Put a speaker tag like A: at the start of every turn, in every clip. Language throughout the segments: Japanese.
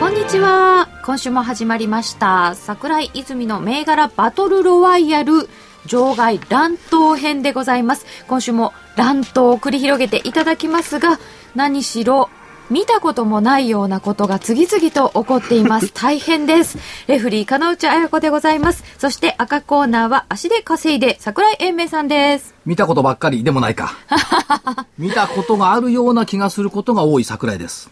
A: こんにちは。今週も始まりました。桜井泉の銘柄バトルロワイヤル場外乱闘編でございます。今週も乱闘を繰り広げていただきますが、何しろ、見たこともないようなことが次々と起こっています。大変です。レフリー、金内彩子でございます。そして赤コーナーは足で稼いで、桜井英明さんです。
B: 見たことばっかりでもないか。見たことがあるような気がすることが多い桜井です。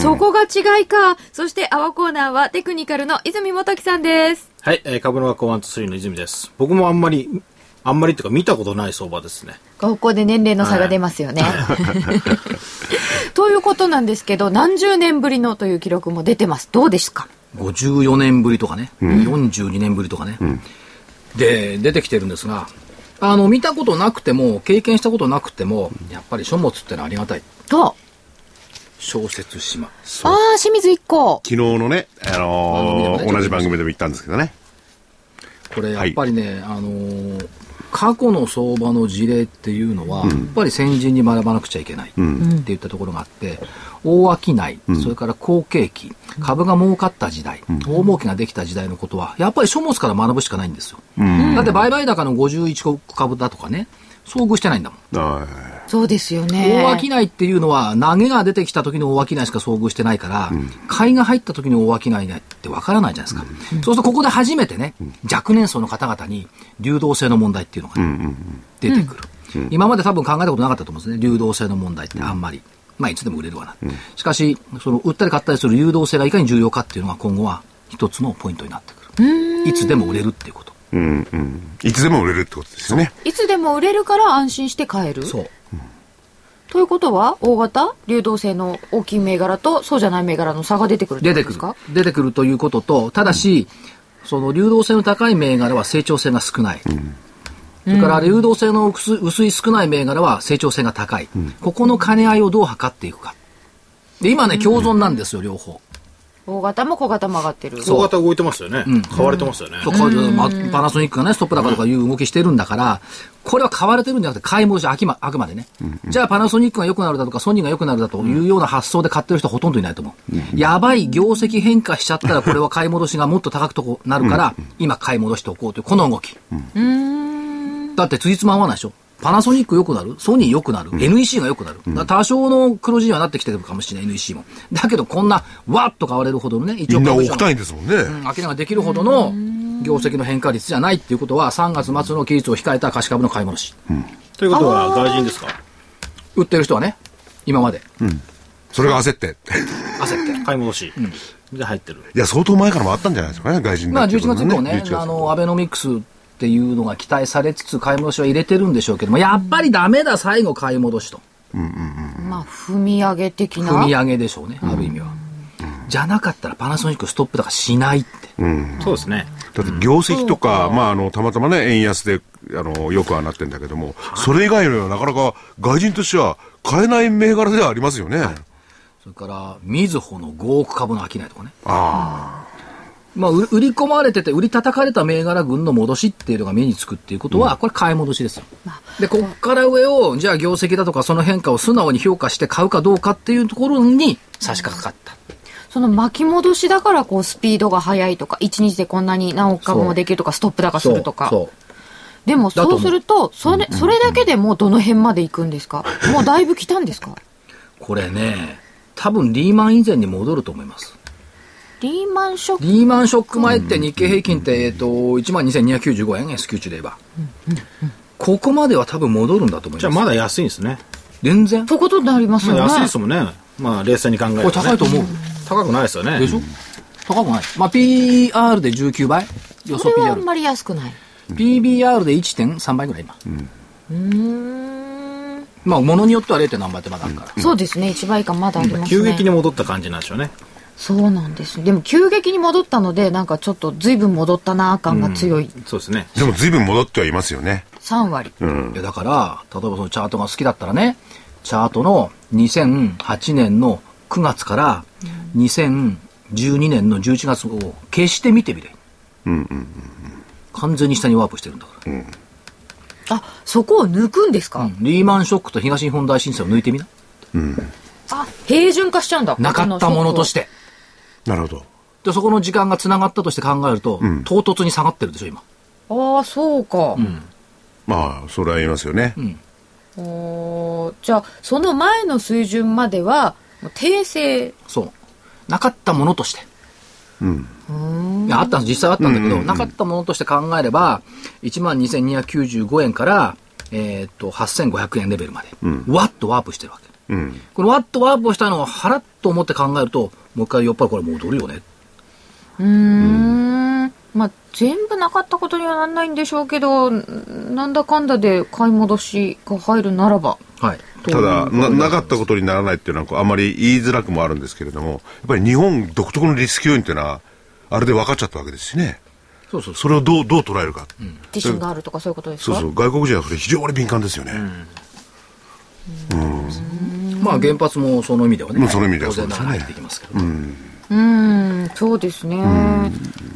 A: そこが違いか。そして青コーナーはテクニカルの泉元樹さんです。
C: はい、えー、株の学校ワンツースリーの泉です。僕もあんまり、あんまりっていうか見たことない相場ですね。
A: ここで年齢の差が出ますよね。 ということなんですけど、何十年ぶりのという記録も出てます。どうですか
B: 54年ぶりとかね、42年ぶりとかね、で出てきてるんですがあの見たことなくても経験したことなくてもやっぱり書物ってのはありがたい
A: と、
B: 小説島
A: ああ、清水一行。
D: 昨日のね、あ
B: 番組
D: のー
B: でもね
D: 同じ番組でも言ったんですけどね。
B: これやっぱりね、あのー過去の相場の事例っていうのは、やっぱり先人に学ばなくちゃいけないって言ったところがあって、大商い、それから好景気、株が儲かった時代、大儲けができた時代のことは、やっぱり書物から学ぶしかないんですよ。だって売買高の51億株だとかね、遭遇してないんだもん。
D: あ
A: そうですよね。
B: 大商いっていうのは、投げが出てきた時の大商いしか遭遇してないから、買いが入った時の大商いってわからないじゃないですか。そうすると、ここで初めてね、若年層の方々に流動性の問題っていうのがね、出てくる。今まで多分考えたことなかったと思うんですね。流動性の問題ってあんまり。まあ、いつでも売れるわな。しかし、その、売ったり買ったりする流動性がいかに重要かっていうのが今後は一つのポイントになってくる。いつでも売れるっていうこと。
D: ーうんうん。いつでも売れるってことですよね。
A: いつでも売れるから安心して買える。
B: そう。
A: ということは、大型、流動性の大きい銘柄と、そうじゃない銘柄の差が出てくるって
B: 出て
A: ことで
B: く
A: す
B: る
A: か。
B: 出てくるということと、ただし、その流動性の高い銘柄は成長性が少ない。それから流動性の薄薄い少ない銘柄は成長性が高い。ここの兼ね合いをどう測っていくか。で、今ね、共存なんですよ、両方。
A: 大型も小型も上がってる。
B: う
C: 相型動いてますよね。買われてますよね。
B: とこういうまパナソニックがね、ストップ高とかいう動きしてるんだから、これは買われてるんじゃなくて、買い戻し、あきまあくまでね。じゃあ、パナソニックが良くなるだとか、ソニーが良くなるだというような発想で買ってる人はほとんどいないと思う。やばい、業績変化しちゃったら、これは買い戻しがもっと高くとこなるから、今買い戻しておこうという、この動き。だって、ついつま合わないでしょ。パナソニック良くなるソニー良くなる ?NEC が良くなる、だから多少の黒字にはなってきてるかもしれない、NEC も。だけど、こんな、わっと買われるほどのね、一
D: みんな
B: 株
D: 億
B: 主の
D: 単位ですもんね。
B: 明らかにできるほどの業績の変化率じゃないっていうことは、3月末の期日を控えた貸し株の買い戻し。
C: ということは外人ですか
B: 売ってる人はね、今まで
D: それが焦って。
B: 焦って。
C: 買い戻し。で入ってる。
D: いや、相当前からもあったんじゃないですかね、外人
B: ま
D: だ
B: あ
D: っていう
B: 11
D: こと
B: 月以降ね
D: 11、月
B: あの、アベノミクスっていうのが期待されつつ買い戻しは入れてるんでしょうけども、やっぱりダメだ、最後買い戻しと。
A: まあ、踏み上げ的な。
B: 踏み上げでしょうね、ある意味は。じゃなかったらパナソニックストップだからしないって。
C: そうですね。
D: だって業績とか、まあ、あの、たまたまね、円安で、あの、よくはなってんだけども、それ以外のなかなか外人としては買えない銘柄ではありますよね。
B: それから、みずほの5億株の商いとかね。
D: あ
B: まあ、売売り込まれてて、売り叩かれた銘柄群の戻しっていうのが目につくっていうことは、これ買い戻しですよ。で、こっから上を、じゃあ業績だとかその変化を素直に評価して買うかどうかっていうところに差し掛かった。
A: その巻き戻しだからこうスピードが速いとか1日でこんなに何億株もできるとかストップ高するとか
B: そう。
A: でも
B: だと
A: そ
B: 思
A: う
B: う
A: するとそれそれだけでもうどの辺まで行くんで すかもうだいぶ来たんですか
B: これね、多分リーマン以前に戻ると思います。
A: リーマンショック
B: リーマンショック前って日経平均って、えっと、12,295円、S q 値で言えば。ここまでは多分戻るんだと思います。
C: じゃあまだ安いんですね。
B: 全然。
A: そういうことになりますよね
C: まあ安いですもんね。まあ冷静に考えると、
B: こ
C: ね。
B: れ高いと思う。
C: 高くないですよね。
B: でしょ高くない。まあ、PR で19倍予想
A: それはあ
B: PR
A: ん。まり安くない
B: PBR で1.3倍ぐらい今。まあ、ものによっては 0. 何倍ってまだあるから。
A: そうですね1倍以下まだありますね
C: 急激に戻った感じなんでしょうね。
A: そうなんですでも急激に戻ったのでなんかちょっと随分戻ったな感が強い
C: そうですね。
D: でも随分戻ってはいますよね。
A: 3割、
B: いやだから、例えばそのチャートが好きだったらね、チャートの2008年の9月から2012年の11月を消して見てみれ。完全に下にワープしてるんだから。
A: あそこを抜くんですか、
B: リーマンショックと東日本大震災を抜いてみな。
A: あ平準化しちゃうんだ
B: なかったものとして。
D: なるほど。
B: で、そこの時間が繋がったとして考えると、唐突に下がってるでしょ、今。
A: ああそうか、
D: まあ、それは言いますよね。
A: おーじゃあその前の水準まではもう訂正
B: そう。なかったものとして。いや、あったんです実際あったんだけど、なかったものとして考えれば、12,295円から、えーっと、8,500円レベルまで、わっとワープしてるわけ。
D: うん。
B: このわっとワープしたのを払っと思って考えると、もう一回、やっぱりこれ戻るよね。
A: うーんまあ全部なかったことにはなんないんでしょうけどなんだかんだで買い戻しが入るならば
B: はい。
D: ただ
B: と
D: な、なかったことにならないっていうのは、あまり言いづらくもあるんですけれども、やっぱり日本独特のリスク要因っていうのは、あれで分かっちゃったわけですしね。
B: そうそうそ
D: それをどう、どう捉えるか。
A: 自信があるとかそういうことです
D: そう
A: か
D: そう、外国人はそれ非常に敏感ですよね。
B: う。まあ、原発もその意味ではね。
D: まあその意味では
B: 当然ながら
D: そ
B: 入
D: うですね
B: ってきますけど。うん
A: うーんそうですね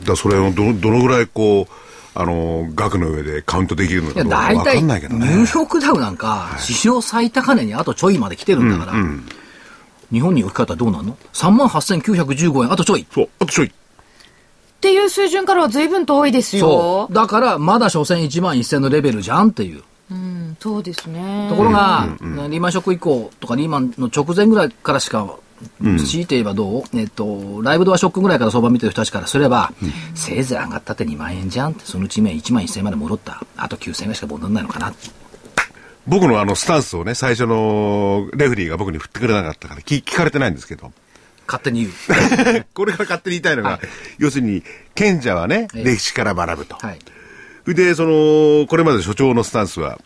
D: だからそれをど、どのぐらいこう、あの、額の上でカウントできるの
B: い
D: か
B: や、
D: どうか
B: 大
D: 分か
B: 体、
D: ん
B: ニ
D: ないけどね。
B: ューヨークダウなんか、史上最高値にあとちょいまで来てるんだから、日本に置き換えたらどうなんの ?38,915 円、あとちょい。
D: そう、あとちょい。
A: っていう水準からは随分遠いです
B: そ
A: よ
B: う。だから、まだ所詮1万1000のレベルじゃんっていう。
A: うんそうですね
B: ところが、リーマンショック以降とか、リーマンの直前ぐらいからしか、強いて言えばどう、えっと、ライブドアショックぐらいから相場見てる人たちからすれば、せいぜい上がったって2万円じゃんって、そのうち1万1万1000まで戻った。あと9000円ぐらいしか戻らないのかな。
D: 僕のあのスタンスをね、最初のレフェリーが僕に振ってくれなかったから聞聞かれてないんですけ ど、
B: 勝手に言う。
D: これから勝手に言いたいのが、要するに、賢者はね、
B: ええ
D: 歴史から学ぶと。
B: はい。
D: それで、その、これまで所長のスタンスは、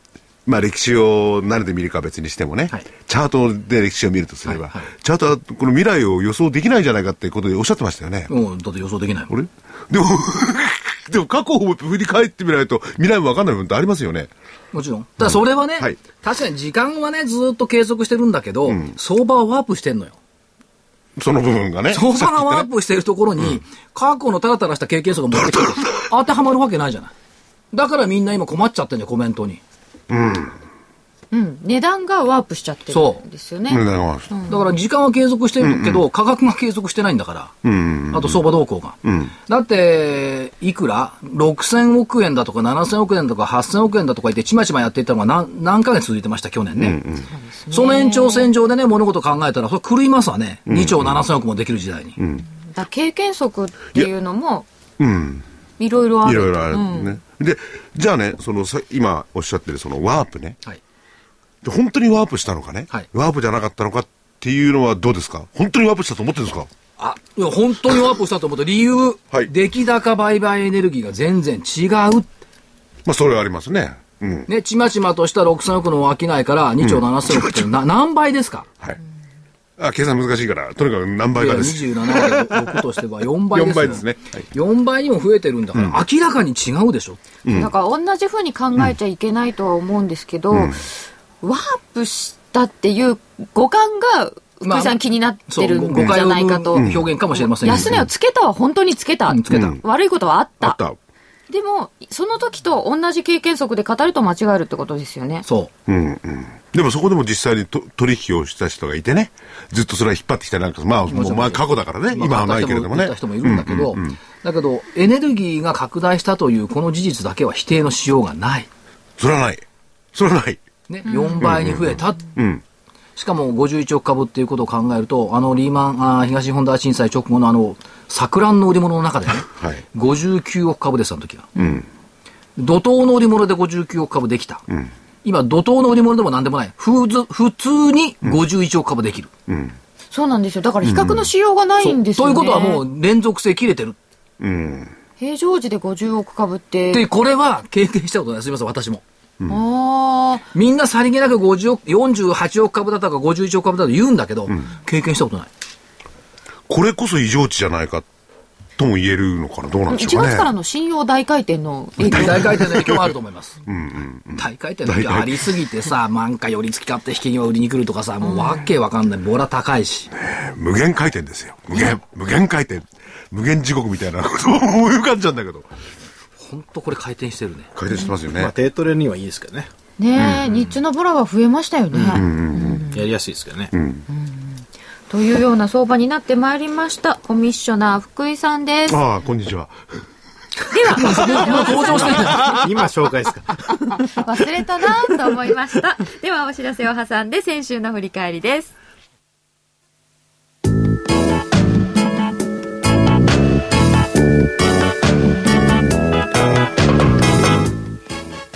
D: まあ歴史を何で見るかは別にしてもね、
B: はい
D: チャートで歴史を見るとすれば、
B: はいはい
D: チャートはこの未来を予想できないじゃないかってことでおっしゃってましたよね。
B: もう、だって予想できないもん。
D: あれでも、 でも過去を振り返ってみないと未来もわかんない部分ってありますよね。
B: もちろん。ただそれはね、
D: はい
B: 確かに時間はね、ずーっと継続してるんだけど、相場はワープしてんのよ。
D: その部 分がね。
B: 相場がワ
D: さっき言った
B: ー
D: ね
B: プしているところに、過去のタラタラした経験則が持ってきて当てはまるわけないじゃない。だからみんな今困っちゃってんじゃん、コメントに。
A: うん値段がワープしちゃって
B: そ
A: る
B: うん
A: ですよね
D: うんだから
B: だから時間は継続してるけど、価格が継続してないんだから。あと相場動向が。だって、いくら ?6000 億円だとか7000億円だとか8000億円だとか言って、ちまちまやっていったのが何何ヶ月続いてました、去年ね。その延長線上でね、物事を考えたら、それ狂いますわね。2兆7000億もできる時代に。
A: だ経験則っていうのも
D: うん。
A: いろいろあ
D: い
A: る
D: ろいろある
A: うん
D: ね。で、じゃあね、そのさ、今おっしゃってるそのワープね。
B: はい。
D: で本当にワープしたのかね、
B: はい
D: ワープじゃなかったのかっていうのはどうですか本当にワープしたと思ってるんですか
B: あ、いや、本当にワープしたと思った理由、
D: はい
B: 出来高売買エネルギーが全然違う。
D: まあ、それはありますね。うん。
B: ね、ちまちまとした6000億の商いから2兆7000億って な、何倍ですか
D: はい。あ、計算難しいから、とにかく何倍かです。
B: 27割6としては4倍ですよ
D: 4倍ですねはい
B: 4倍にも増えてるんだから、明らかに違うでしょ。
A: だから同じふうに考えちゃいけないとは思うんですけど、ワープしたっていう五感が福井さん気になってるんじゃないか
B: 誤
A: と、
B: 解を生む表現かもしれませんけど
A: 安値をつけたは本当につけた,、
B: うんつけた
A: 悪いことはあった
D: あった。
A: でもその時と同じ経験則で語ると間違えるってことですよね
B: そ
D: うんうん。でもそこでも実際にと取引をした人がいてね、ずっとそれは引っ張ってきたりなんか、まあ、もうまあ過去だからね、
B: う。
D: 今はないけれどもね。
B: 買った人もいるんだけど、だけど、エネルギーが拡大したというこの事実だけは否定のしようがない。
D: それはない。それはない。
B: ね、4倍に増えた。
D: うん。
B: しかも51億株っていうことを考えると、あのリーマン、あー東日本大震災直後のあの、錯乱の売り物の中でね、
D: はい
B: 59億株です、あの時は。怒涛の売り物で59億株できた。今、怒涛の売り物でも何でもない。普通普通に51億株できる。
A: そうなんですよだから比較のしようがな
B: そ
A: い
B: うん
A: です
B: と
A: よ
B: い
A: ね、
B: うことはもう連続性切れてる。
D: うん。
A: 平常時で50億株って
B: で、これは経験したことない。すみません、私も。
A: ああ
B: みんなさりげなく50億、48億株だったか51億株だとか言うんだけど、経験したことない。
D: これこそ異常値じゃないかとも言えるのかな、どうなんで
A: 1
D: しょうかね
A: 月。からの信用大回転の影響
B: 大回転の影響はあると思います。大回転の影響ありすぎてさ、なんか寄り付き買って引き際売りに来るとかさ、もうわけわかんない。ボラ高いし。
D: 無限回転ですよ。無限、無限回転。無限地獄みたいなことを思い浮かんじゃうんだけど。
B: ほんとこれ回転してるね。
D: 回転してますよ
C: まあ、
D: ね。
C: 低トレにはいいですけどね。
A: ねえ、日中のボラは増えましたよね。
C: やりやすいですけどね。
A: というような相場になってまいりました。コミッショナー福井さんです。
D: ああ、こんにちは。
C: 今紹 介ですか。
A: 忘れたなと思いました。ではお知らせを挟んで先週の振り返りです。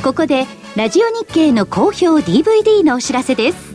E: ここでラジオ日経の好評 DVD のお知らせです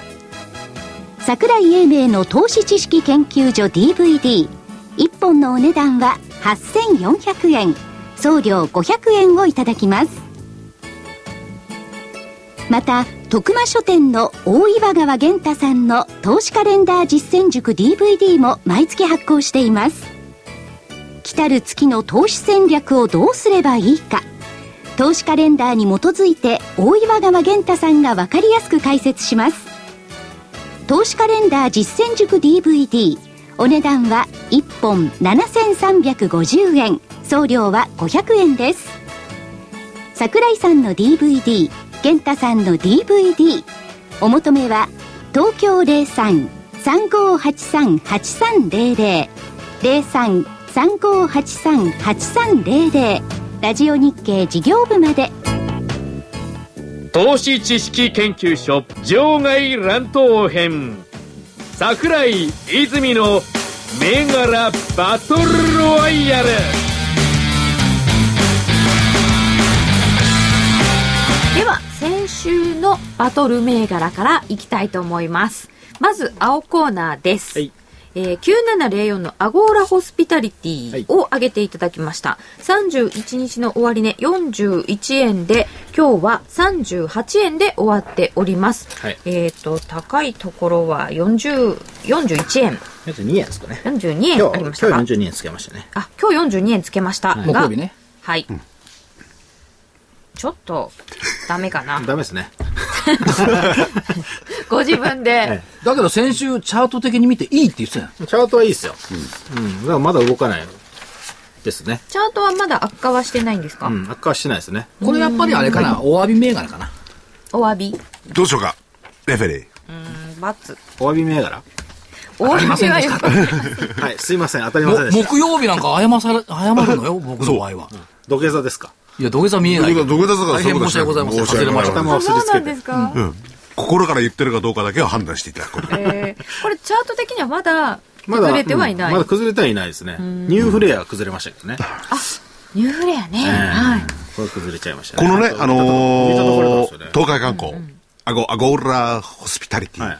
E: 桜井英明の投資知識研究所 DVD1 本のお値段は8400円送料500円をいただきますまた徳間書店の大岩川源太さんの投資カレンダー実践塾 DVD も毎月発行しています来たる月の投資戦略をどうすればいいか投資カレンダーに基づいて大岩川源太さんが分かりやすく解説します投資カレンダー実践塾 DVD お値段は1本7350円送料は500円です桜井さんの DVD 健太さんの DVD お求めは東京03-3583-8300 03-3583-8300ラジオ日経事業部まで
F: 投資知識研究所場外乱闘編桜井泉の銘柄バトルロワイヤル
A: では、先週のバトル銘柄からいきたいと思います。まず、青コーナーです。
C: はい
A: えー9704のアゴーラホスピタリテ
C: はい
A: ィを上げていただきました。31日の終値41円で、今日は38円で終わっております。
C: はい
A: えっ、と、高いところは40、41円、
C: 42円ですかね。
A: 42円
C: 今
A: あ
C: 日、
A: り
C: 今
A: まし
C: 日
A: たか
C: 42円つけましたね。
A: あ、今日42円つけましたが、
B: 木曜日ね。
A: はい。ちょっと、ダメかな。
C: ダメですね。
A: ご自分で
C: え。
B: だけど先週チャート的に見ていいって言ってたやん。
C: チャートはいいですよ。うん。だからまだ動かないですね。
A: チャートはまだ悪化はしてないんですか、
C: うん。悪化はしてないですね。
B: これやっぱりあれかな、お詫び銘柄かな。
A: お詫び
D: どうしようか。レフェリー。
A: バツ。
C: お詫び銘柄
A: お詫びはよくない。
C: はい、すいません。当たりま
B: も
C: せんでした。
B: 木曜日なんか謝され、謝るのよ、僕の場合は。
C: 土下座ですか。
B: いや、土下座見えない。
D: 土下座土下座だから
B: 大変申し訳ございません。
D: そうい
B: 外
D: う
B: れ
D: こと
B: ま
D: で
B: し
D: しょ
B: た。
A: そ
C: 頭をすり
A: う
C: つ
A: な
C: け
A: ん
C: て
A: で。すか、
D: うん。心から言ってるかどうかだけは判断していただくこと。
A: えー、これチャート的にはまだ
C: まだ
A: 崩れてはいない。
C: うんまだ崩れてはいないですね。ニューフレアは崩れましたけどね。
A: ニューフレアね。
C: ええ
A: はい。
C: これ崩れちゃいました
D: このね、あ
C: 見たところなん
D: の
C: ですよ
D: ー
C: ね
D: 東海観光、アゴ、アゴーラホスピタリティ、
C: はい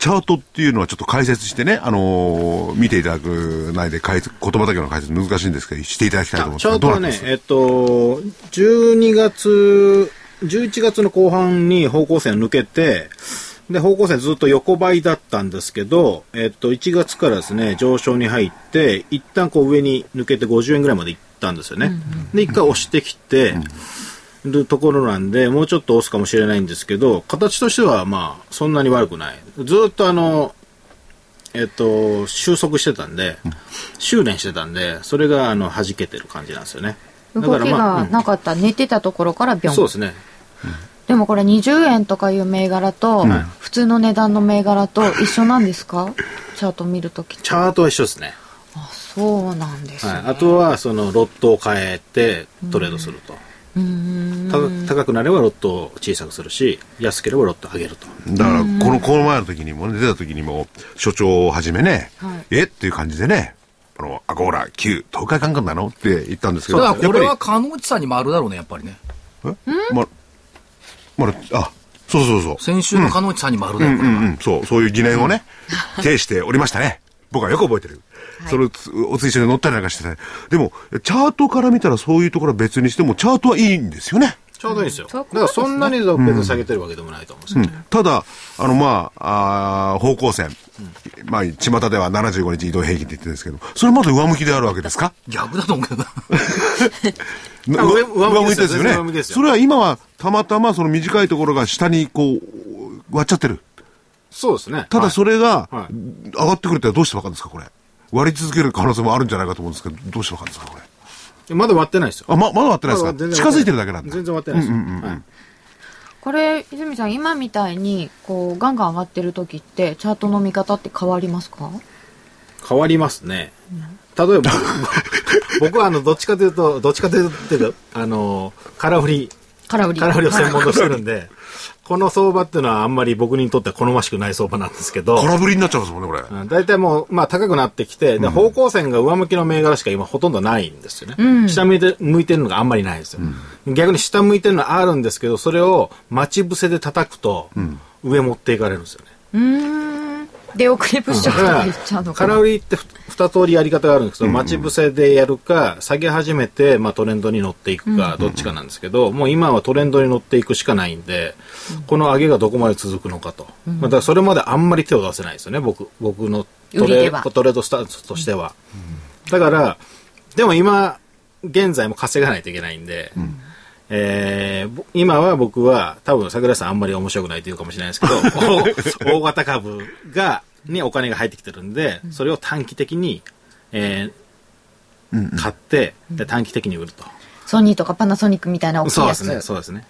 D: チャートっていうのはちょっと解説してね、あのー見ていただく内で解説、言葉だけの解説難しいんですけど、していただきたいと思います。
C: チャートは
D: どうな
C: ね
D: って、ます
C: えっと、12月、11月の後半に方向線抜けて、で、方向線ずっと横ばいだったんですけど、えっと、1月からですね、上昇に入って、一旦こう上に抜けて50円ぐらいまで行ったんですよね。で、一回押してきて、るところなんで、もうちょっと押すかもしれないんですけど、形としてはまあ、そんなに悪くない。ずっとあの、えっと、収束してたんで、修練してたんで、それがあの弾けてる感じなんですよね。だか
A: 動
C: ら
A: き
C: ま
A: が
C: あ、
A: なかった、寝てたところからビ
C: うん、
A: ョン。
C: そうですね。
A: でもこれ20円とかいう銘柄と、
C: ん
A: 普通の値段の銘柄と一緒なんですかチャート見るとき。
C: チャートは一緒ですね。
A: あ、そうなんですね。
C: はい、あとは、その、ロットを変えてトレードすると。
A: うーん。
C: た高くなればロットを小さくするし、安ければロットを上げると。
D: だから、この、この前の時にもね、出た時にも、所長をはじめね、
A: はい
D: えっていう感じでね、あの、アゴーラ9、10日間間なのって言ったんですけ
B: だ
D: ど、
B: からこれ
D: や
B: は
D: っぱ
B: 鹿野内さんに丸だろうね、やっぱりね。
D: り、えま、まだ、あ、そうそうそう。
B: 先週の鹿野内さんに丸だ
D: う
B: よ、
D: ん
B: こ
D: う
B: れ
D: ん
B: は。
D: うん、そう、そういう疑念をね、呈しておりましたね。僕はよく覚えてる。それをつお追緒に乗ったりなんかしてて。でも、チャートから見たらそういうところは別にしても、チャートはいいんですよね。
C: ちょうどいいですよ。
A: そ
C: だ
A: う
C: からそんなに別に下げてるわけでもないと思うんですよね。
D: ただ、あの、まあ、あー方向線。まあ、巷では75日移動平均って言ってるんですけど、それまだ上向きであるわけですか
B: 逆だと思うけどな。
D: な
C: あ
D: 上
C: 上上
D: 上向
C: 向
D: い
C: いてで
D: てで
C: すす
D: よ
C: よ
D: ね
C: 上向きですよ
D: それは今はたまたまその短いところが下にこう割っちゃってる
C: そうですね。
D: ただそれが
C: はい
D: 上がってくれたらどうしてわかるんですかこれ割り続ける可能性もあるんじゃないかと思うんですけどどうしてわかるんですかこれ
C: はいまだ割ってないですよ。
D: あままだ割ってない
C: まだ
D: で
C: 全
D: す
C: 然
D: か
C: 割
D: 近づい
C: ってて
D: る
C: な
D: だけなんだ
C: 全然割ってないですよ。はい
A: これ泉さん今みたいにこうガンガン上がってる時ってチャートの見方って変わりますか
C: 変わりますね。例えば、 僕僕はあの、どっちかというと、どっちかというとっていうか、あの、空振り、
A: 空売り
C: 空振りを専門としてるんで、この相場っていうのはあんまり僕にとっては好ましくない相場なんですけど、
D: 空振りになっちゃいますもんねこれ
C: うん大体もう、まあ高くなってきて、で、方向線が上向きの銘柄しか今ほとんどないんですよね。下向いて、向いてるのがあんまりないんですよ。逆に下向いてるのはあるんですけど、それを待ち伏せで叩くと、上持っていかれるんですよね。
A: うーん出遅れプッショ
C: だ
A: ンとか
C: か
A: 言っちゃう
C: ら、
A: のか
C: 空
A: な
C: 売りってふ二通りやり方があるんですけど、待ち伏せでやるか、下げ始めて、まあ、トレンドに乗っていくか、どっちかなんですけど、もう今はトレンドに乗っていくしかないんで、この上げがどこまで続くのかと。まあだからそれまであんまり手を出せないですよね、僕、僕のト
A: 売り
C: レ
A: では
C: トレードスタンスとしては。だから、でも今、現在も稼がないといけないんで、えーぼ今は僕は多分桜井さんあんまり面白くないと言うかもしれないです けどお大型株がにお金が入ってきてるんでそれを短期的に、えー買ってで短期的に売ると、
A: ソニーとかパナソニックみたいな大きい
C: そうで
A: や
C: すね
A: つ
C: そうですね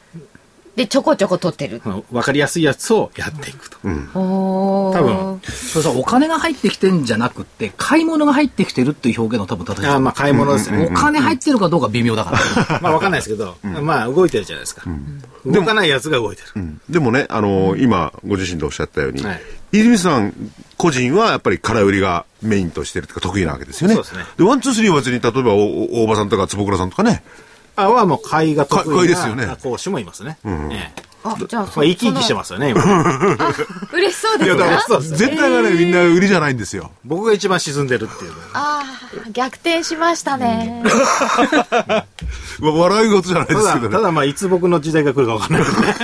A: でちょこちょこ取ってる
C: 分かりやすいやつをやっていくと、
A: おー
C: 多分
B: それさ、お金が入ってきてんじゃなくて、買い物が入ってきてるっていう表現の多分正しい
C: あーまあ買い物ですね、
B: お金入ってるかどうか微妙だから。
C: まあ分かんないですけど、まあ動いてるじゃないですか、動かないやつが動いてる、
D: でもね、あのー今、ご自身でおっしゃったように、
C: はい
D: 泉さん個人はやっぱり空売りがメインとしてるというか得意なわけですよね。
C: そうですね
D: ワン、ツー、スリーは別に、例えばおお大場さんとか坪倉さんとかね、
C: あはもう買いが得
D: 買い
C: 意
D: ですよね
C: な講師もいますね、ええ
A: あじゃあそ
C: まあ、生き生きしてますよね今
A: す嬉しそうです
C: いやだか
A: から
C: そうですよ
D: 絶対がね、みんな売りじゃないんですよ。
C: 僕が一番沈んでるっていうね
A: あー逆転しましたね
D: わ笑い事じゃない で
C: た
D: す
C: だ、
D: けどね。
C: ただまあ、いつ僕の時代が来るか分かんないけど ね。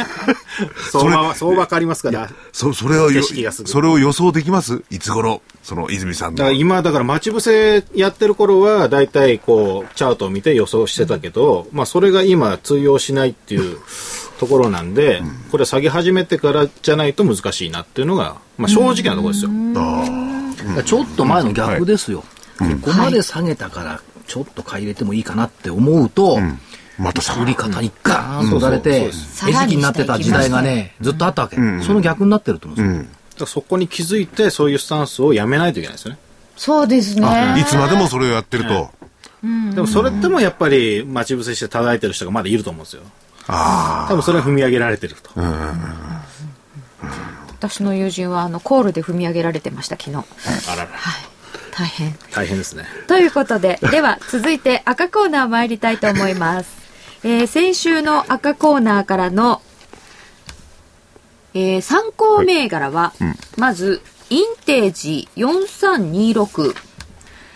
C: 相場は、相場変わりますから。だか
D: そそれをよ
C: 景色がすぐ
D: それを予想できますいつ頃その泉さんの
C: ら今、だから待ち伏せやってる頃は、大体こう、チャートを見て予想してたけど、まあ、それが今通用しないっていうところなんで、これ下げ始めてからじゃないと難しいなっていうのが、まあ、正直なところですよ。
B: ちょっと前の逆ですよ。ここまで下げたから、ちょっと買い入れてもいいかなって思うと、
D: またさ
B: 売り方にガーンとだれて、餌食になってた時代がね、ずっとあったわけ。その逆になってると思うんですよ。
C: だからそこに気づいて、そういうスタンスをやめないといけないですよね。
A: そうですね
D: いつまでもそれをやってると
C: でも、それでもやっぱり、待ち伏せして叩いてる人がまだいると思うんですよ。多分それは踏み上げられてると。
A: 私の友人はあのコールで踏み上げられてました昨日
C: あらら、
A: 大変
C: 大変ですね。
A: ということで、では続いて赤コーナー参りたいと思います。えー先週の赤コーナーからの、えー参考銘柄は、まず、インテージ4326。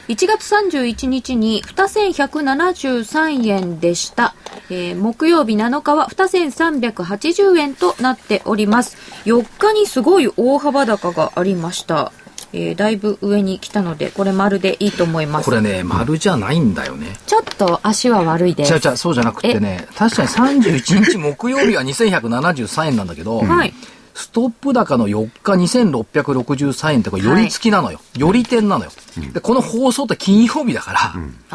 A: 1月31日に2173円でした、えー木曜日7日は2380円となっております4日にすごい大幅高がありました、えーだいぶ上に来たのでこれ丸でいいと思います
B: これね、丸じゃないんだよね。
A: ちょっと足は悪いで
B: 違
A: す
B: う違う、そうじゃなくってね、確かに31日木曜日は2173円なんだけど、
A: はい
B: ストップ高の4日2663円ってこれ寄り付きなのよ。寄り点なのよ。で、この放送って金曜日だから、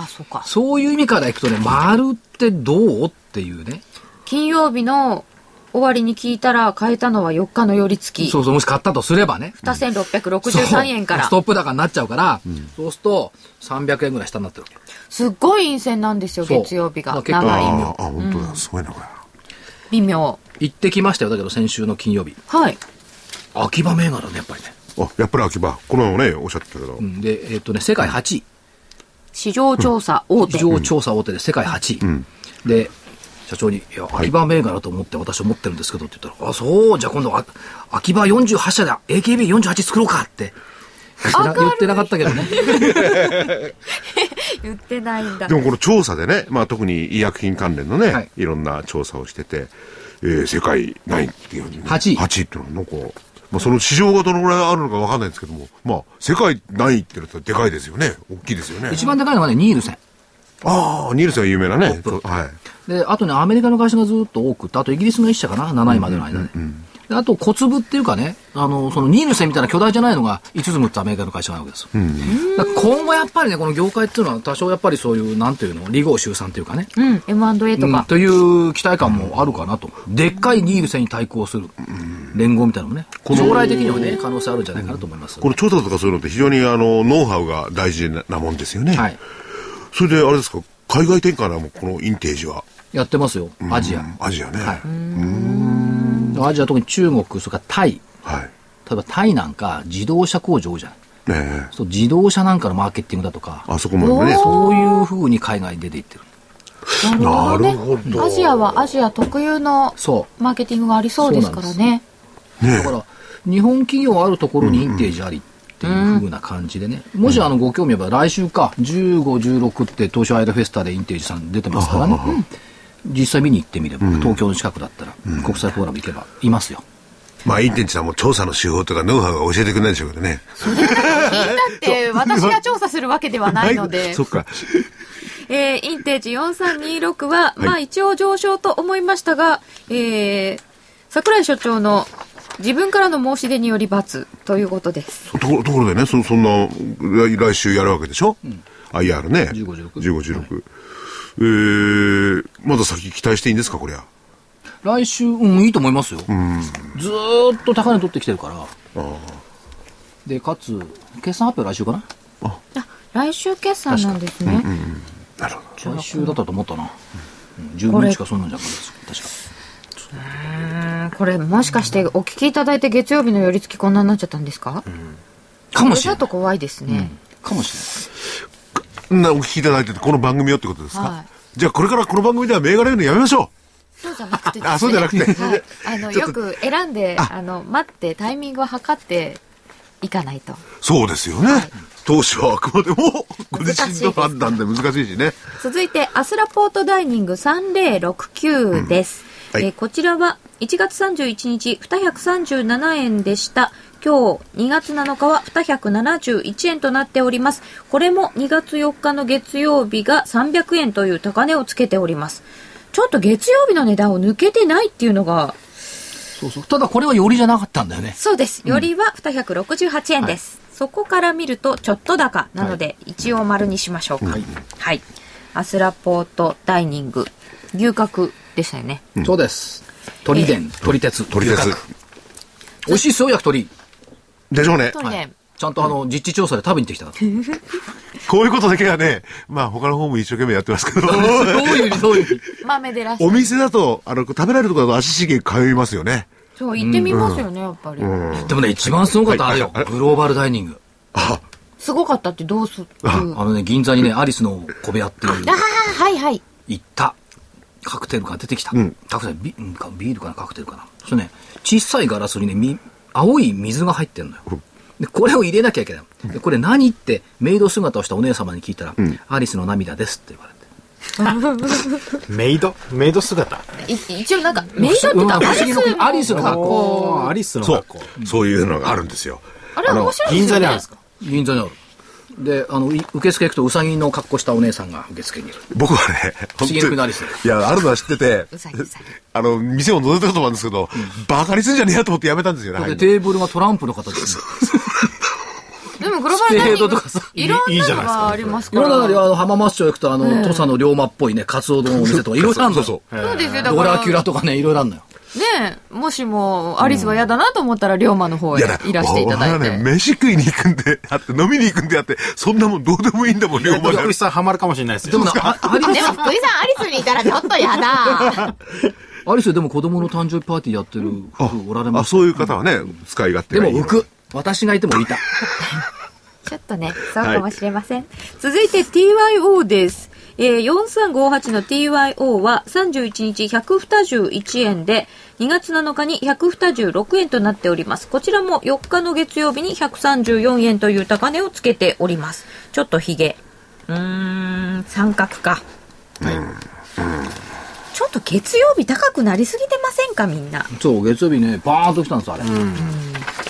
A: あそうか
B: そういう意味からいくとね、丸ってどうっていうね。
A: 金曜日の終わりに聞いたら変えたのは4日の寄り付き
B: そうそう、もし買ったとすればね。
A: 2663円か
B: そう
A: ら
B: ストップ高になっちゃうから、そうすると300円ぐらい下になってるわけ。
A: すっごい陰線なんですよ
B: そう
A: 月曜日
B: ま
A: が
B: あ結構
A: 長い
D: あああ本当だすごいなこれ
A: 微妙
B: 行ってきましたよ、だけど先週の金曜日。
A: はい
B: 秋葉銘柄ね、やっぱりね。
D: あやっぱり秋葉この前もねおっしゃってたけど
B: うんで、えっとね、世界8位。
A: 市場調査大手
B: 市。場調査大手で世界8位、で社長に「いや秋葉銘柄だと思って私は持ってるんですけど」って言ったら「あそうじゃあ今度はあ秋葉48社で AKB48 作ろうか」って言ってな言ってなかったけどね
A: 言ってないんだ
D: で。もこの調査でね、まあ、特に医薬品関連のね、
B: はい
D: い、ろんな調査をしてて、えー世界何位っていう、ね、
B: 八位
D: 8位っていうのはなんか、まあ、その市場がどのぐらいあるのかわかんないんですけども、まあ、世界何位っていうのはでかいですよね。大きいですよね。
B: 一番高いのはねニールセン
D: ああ、ニールセンが有名なね。そうはい。
B: であとねアメリカの会社がずっと多くてあとイギリスの1社かな7位までの間で,、であと小粒っていうかねあのそのニールセンみたいな巨大じゃないのが5つ6つアメリカの会社があるわけですよ、だから今後やっぱりねこの業界っていうのは多少やっぱりそういうなんていうの離合集散っていうかね、
A: うん、M&A と
B: うん
A: か。
B: という期待感もあるかなと、でっかいニールセンに対抗する連合みたいなのもね、将来的にはね、可能性あるんじゃないかなと思います。
D: この調査とかそういうのって非常にあの、ノウハウが大事なもんですよね。
B: はい、
D: それであれですか、海外展開なもこのインテージは。
B: やってますよ、アジア
D: う。んアジアね。
B: は
D: はいい。
B: アジア、特に中国、それからタイ、例えばタイなんか自動車工場多いじゃない
D: ねえ
B: そう自動車なんかのマーケティングだとか、
D: あそこまでね。そう
B: そういうふうに海外に出ていってる。
A: なるほど
D: なるほ
A: ね。
D: ど
A: アジアはアジア特有の
B: そ
A: マーケティングがありそうですからね。
B: だから、日本企業あるところにインテージありっていうふうな感じでね、もしあのご興味あれば、来週か、15、16って東証アイラフェスタでインテージさん出てますからね、うん実際見に行ってみれば、東京の近くだったら、国際フォーラム行けば、いますよ。
D: まあ、インテージさんも調査の手法とかノウハウが教えてくれないでしょうけどね。
A: だって、私が調査するわけではないの で。
D: そっか。
A: えーインテージ4326は、まあ一応上昇と思いましたが、えー、桜井所長の自分からの申し出により罰ということです。
D: ところところでねそそんな来来週やるわけでしょ、IR ね
B: 15 16
D: 1516、えー、まだ先期待していいんですかこりゃ
B: 来週、うん、いいと思いますよ。ずーっと高値取ってきてるから。で、かつ、決算発表来週かな
A: あ、来週決算なんですね。
D: なるほ
B: 来週だったと思ったな。うん12日かそんなんじゃなかったです、
A: うんこれもしかしてお聞きいただいて月曜日の寄り付きこんなになっちゃったんですか、
B: 確か。かもし
A: そ
B: れな
A: れだ
B: い。
A: と怖いですね。
B: かもし
D: どなお聞きいただいててこの番組をってことですか、
A: はい
D: じゃあこれからこの番組では銘柄言うのやめましょ
A: そうじゃなくてですね
D: あそうじゃなくて
A: はい、あのよく選んであの待ってタイミングを測っていかないと
D: うそうですよね、投資はあくまでもご自
A: 難しいです
D: 身
A: か
D: の
A: ら
D: 判断で難しいしね
A: 続いてアスラポートダイニング3069です、
D: うんはい
A: えーこちらは1月31日237円でした今日2月7日は271円となっておりますこれも2月4日の月曜日が300円という高値をつけておりますちょっと月曜日の値段を抜けてないっていうのが
B: れない。そうそう。ただこれはよりじゃなかったんだよね。
A: そうです。よりは268円です。そこから見るとちょっと高なので、一応丸にしましょうか。はい。アスラポートダイニング、牛角でしたよね。
B: そうです。鳥電、鳥鉄。
D: 取り鉄
B: 美味しいっすよ、焼き鳥。
D: でしょうね
A: 鳥電、
B: ちゃんとあの、実地調査で食べに行ってきた から。
D: こういうことだけはねまあ他の方も一生懸命やってますけど
B: どういう意味、どういう意味。
A: 豆でらし
D: お店だとあの食べられるところだと足しげく通いますよね
A: そう、行ってみますよね、やっぱり。
B: でもね、一番すごかったあれよ。グローバルダイニング。
A: すごかったってどうする
B: あのね、銀座にね、アリスの小部屋っていう
A: ああ、はいはい。
B: 行った。カクテルが出てきた。カクテルビ、うんかビールかな、カクテルかな。そしてね、小さいガラスにね、み青い水が入ってんのよ。で、これを入れなきゃいけない。で、これ何って、メイド姿をしたお姉様に聞いたら、アリスの涙ですって言われて。
C: メイドメイド姿
A: い一応なんか、メイドっていうか、
B: うん
A: アリス
B: 不思議
A: の
B: なアリスの格好
C: あーアリスの
D: そう
C: 格好
D: そういうのがあるんですよ
A: あれ面白いで
C: 銀
A: すよ
C: 座にある
A: ね
C: んです。か
B: 銀座にある。で、あの、い受付行くとウサギの格好したお姉さんが受付にいる。
D: 僕はね、
B: 不思
D: 本
B: 議な国の
D: 当
B: アリ
D: に
B: ス。
D: いや、あるのは知ってて
A: うさぎうさぎ、
D: あの、店を覗いたこともあるんですけど、バカにすんじゃねえやと思ってやめたんですよね。
B: で、
D: 入る
B: テーブルがトランプの形です。
A: でもグローバルダイニン
B: スペード
A: グ
B: とかさ、
A: いろん
C: いいじ
A: なの
C: ゃないですか
A: があります
B: い
A: か
B: ろんな
A: ら。
B: あの、浜松町行くと、あの、土佐の龍馬っぽいね、カツオ丼のお店とか、いろいろあるの
D: そう
B: よ。
A: そうですよ、だから。
B: ドラキュラとかね、いろいろあるのよ。
A: ねえ、もしも、アリスは嫌だなと思ったら、龍馬の方
D: い
A: へ
D: やだ、
A: いらしていただい
D: 俺
A: て。
D: はね、飯食いに行くんで、あって、飲みに行くんであって、そんなもんどうでもいいんだもん、両方で。
C: 福井さんハマるかもしれないです
B: で
C: よ
B: もね、あアリ
A: でも、福井さん、アリスにいたらちょっと嫌だ。
B: アリスでも子供の誕生日パーティーやってる夫婦おられ
D: あ、
B: ます。
D: そういう方はね、使い勝手
B: で
D: が
B: も
D: いいよ
B: 浮く。私がいても浮いた。
A: ちょっとね、そうかもしれません。続いて TYO です。えー、4358の TYO は31日121円で、2月7日に126円となっております。こちらも4日の月曜日に134円という高値をつけております。ちょっとヒゲ。うーん、三角か。ちょっと月曜日高くなりすぎてませんか、みんな。
B: そう、月曜日ね、バーンと来たんです、あれ。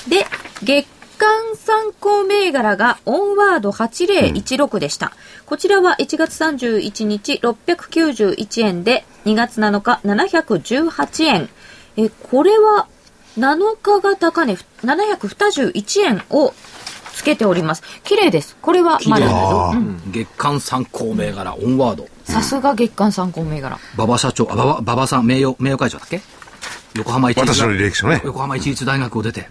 A: で、月間参考銘柄がオンワード8016でした。こちらは1月31日691円で、2月7日718円。え、これは7日が高値721円をつけております。綺麗です。これは
B: 聞いて
A: 丸
B: ないでし
A: です。
B: ょうん月間参考銘柄、オンワード。
A: さすが月間参考銘柄。
B: 馬場社長、あ、馬場、馬場さん、名誉、名誉会長だっけ横浜一律
D: 私の履歴書ね
B: 横浜一律大学を出て、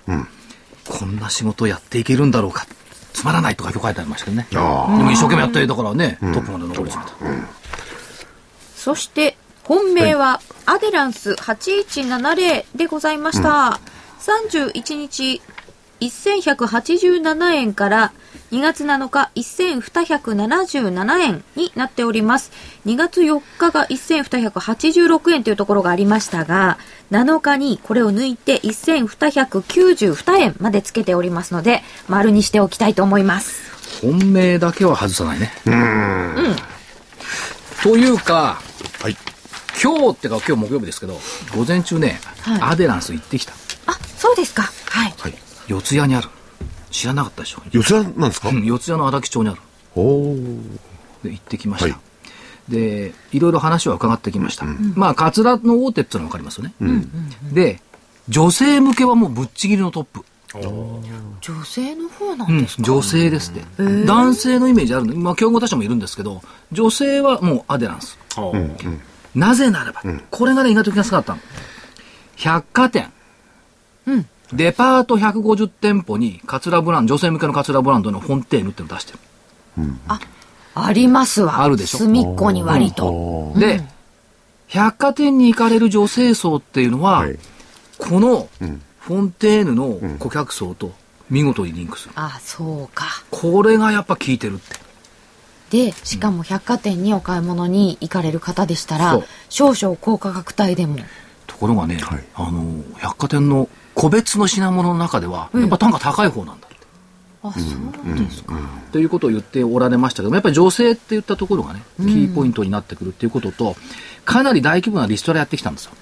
B: こんな仕事やっていけるんだろうか。つまらないとか今日書いてありましたけどね。で
D: ああ
B: も一生懸命やって、だからね、トップまで残り詰めた。
A: そして本命はアデランス8170でございました、31日1187円から2月7日1277円になっております2月4日が1286円というところがありましたが7日にこれを抜いて1292円までつけておりますので丸にしておきたいと思います
B: 本命だけは外さないね。というか、
D: はい。
B: 今日ってか今日木曜日ですけど、午前中ね、
A: はい
B: アデランス行ってきた。
A: あそうですかはい
D: はい。
B: 四谷にある。知らなかったでしょ。
D: 四つなんですか
B: うん四谷の荒木町にある。
D: おー
B: で行ってきました、
D: はい
B: でいろいろ話は伺ってきました、まあカツラの大手っていうのは分かりますよね、で女性向けはもうぶっちぎりのトップ、
A: 女性の方なん
B: う
A: で
B: ん、女性ですって、男性のイメージあるのまあ競合他社もいるんですけど女性はもうアデランス
C: ほう
B: なぜならば、これがね意外と気がつかなかったの百貨店、
A: うん
B: デパート150店舗にカツラブランド女性向けのカツラブランドのフォンテーヌっていうのを出してる
A: ありますわ。
B: あるでしょ
A: 隅っこに割と。
D: おー
B: で、百貨店に行かれる女性層っていうのは、
D: はい。
B: この
D: ん
B: フォンテーヌの顧客層と見事にリンクする。
A: あ、そうか。
B: これがやっぱ効いてるって。
A: で、しかも百貨店にお買い物に行かれる方でしたら
B: そう、
A: 少々高価格帯でも。
B: ところがね、
D: はい
B: あの、百貨店の個別の品物の中では、やっぱ単価高い方なんだって。
A: あ、そうですか。
B: ということを言っておられましたけどやっぱり女性って言ったところがね、キーポイントになってくるっていうことと、かなり大規模なリストラやってきたんですよ。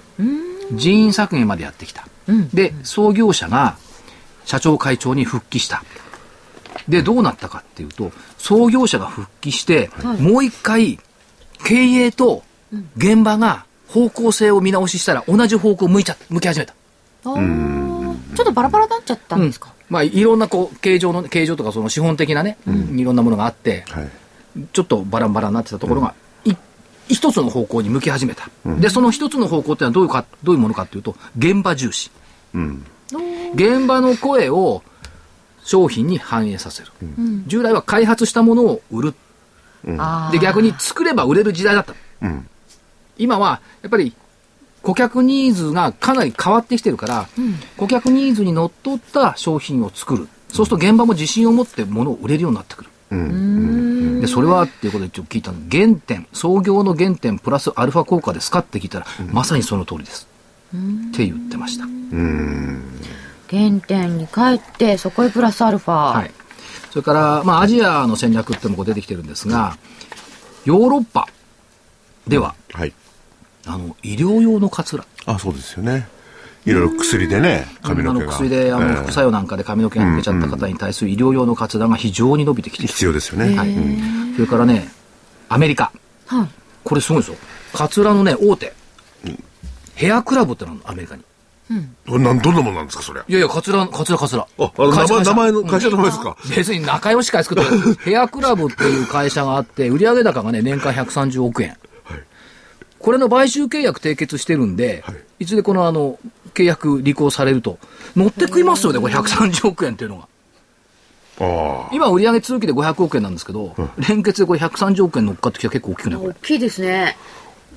B: 人員削減までやってきた。
A: うん
B: で、創業者が社長会長に復帰した。で、どうなったかっていうと、創業者が復帰して、
A: はい
B: もう一回、経営と現場が方向性を見直ししたら同じ方向を向いちゃ、向き始めた。
A: あーちょっとバラバラになっちゃったんですか。
B: まあ、いろんなこう、形状の、形状とかその資本的なね、いろんなものがあって、
D: はい。
B: ちょっとバラバラになってたところが、い一つの方向に向き始めた、でその一つの方向っていうのはどういうかどういうものかっていうと現場重視
D: うん。
B: 現場の声を商品に反映させる、従来は開発したものを売る
A: あー
B: で逆に作れば売れる時代だった
D: うん。
B: 今はやっぱり顧客ニーズがかなり変わってきてるから、顧客ニーズにのっとった商品を作るそうすると現場も自信を持って物を売れるようになってくる
D: うん。
B: でそれはっていうことで一応聞いたの原点創業の原点プラスアルファ効果ですかって聞いたら、まさにその通りです、って言ってました、
D: うん。
A: 原点に帰って、そこへプラスアルファ。
B: はい、それから、まあ、アジアの戦略ってのもこう出てきてるんですがヨーロッパでは
D: はい。
B: あの医療用のカツラ
D: あ、そうですよね。いろいろ薬でね、髪の毛
B: あ
D: が。
B: 薬であの
D: えー
B: 副作用なんかで髪の毛が抜けちゃった方に対する医療用のカツラが非常に伸びてきている、
D: 必要ですよね。
B: はい
D: うん
B: それからねアメリカ
A: はい。
B: これすごいですよカツラのね大手ヘアクラブってのがあるのアメリカに
D: どんな、どんなものなんですか、それ。あ、
B: いやいや、カツラ、カツラ、カツラ。
D: あの名
B: 会社会
D: 前、名前。の、
B: 社
D: 会社の名前ですか。
B: 別に仲良し会作って る、ヘアクラブっていう会社があって、売上高がね、年間130億円。これの買収契約締結してるんで、
D: はい
B: い、つでこのあの、契約履行されると、乗ってくいますよね、これ130億円っていうのが。
D: ああ。
B: 今、売上通期で500億円なんですけど、連結でこれ130億円乗っかってきたら結構大きくね、こ
A: 大
B: れ。
A: きいですね。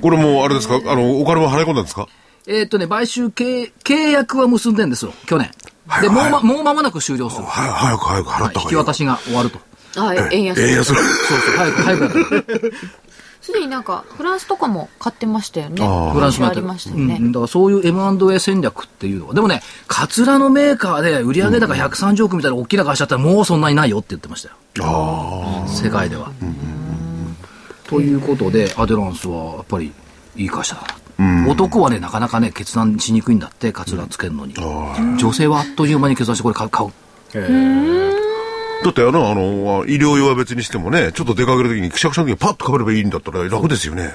D: これもう、あれですか、あの、お金も払い込んだんですか
B: えーっとね、買収契契約は結んでんですよ、去年。で、もうま、もう間もなく終了する。
D: は早く早く払
B: は
D: っ
B: い
D: た
B: 引
D: 方がい
B: き
D: い。
B: 渡しが終わると。
A: あえ円安
D: ええ、いや、それ。
B: そうそう、早く、早くやった。
A: すでになんかフランスとかも買ってましたよね
D: あー
B: フランスもや
A: あ
B: って
A: り
B: る
A: ましたよね、
B: うんだからそういう M&A 戦略っていうのは。でもね、カツラのメーカーで売上高130億みたいな大きな会社だったらもうそんなにないよって言ってましたよ。
D: あ
B: 世界では。ということで、アデランスはやっぱりいい会社だな。男はね、なかなかね、決断しにくいんだって、カツラつけるのに。女性はあっという間に決断してこれ買う買う。
D: あ。だってあの、あの、医療用は別にしてもね、ちょっと出かけるときにくしゃくしゃの時にパッとかぶればいいんだったら楽です よね。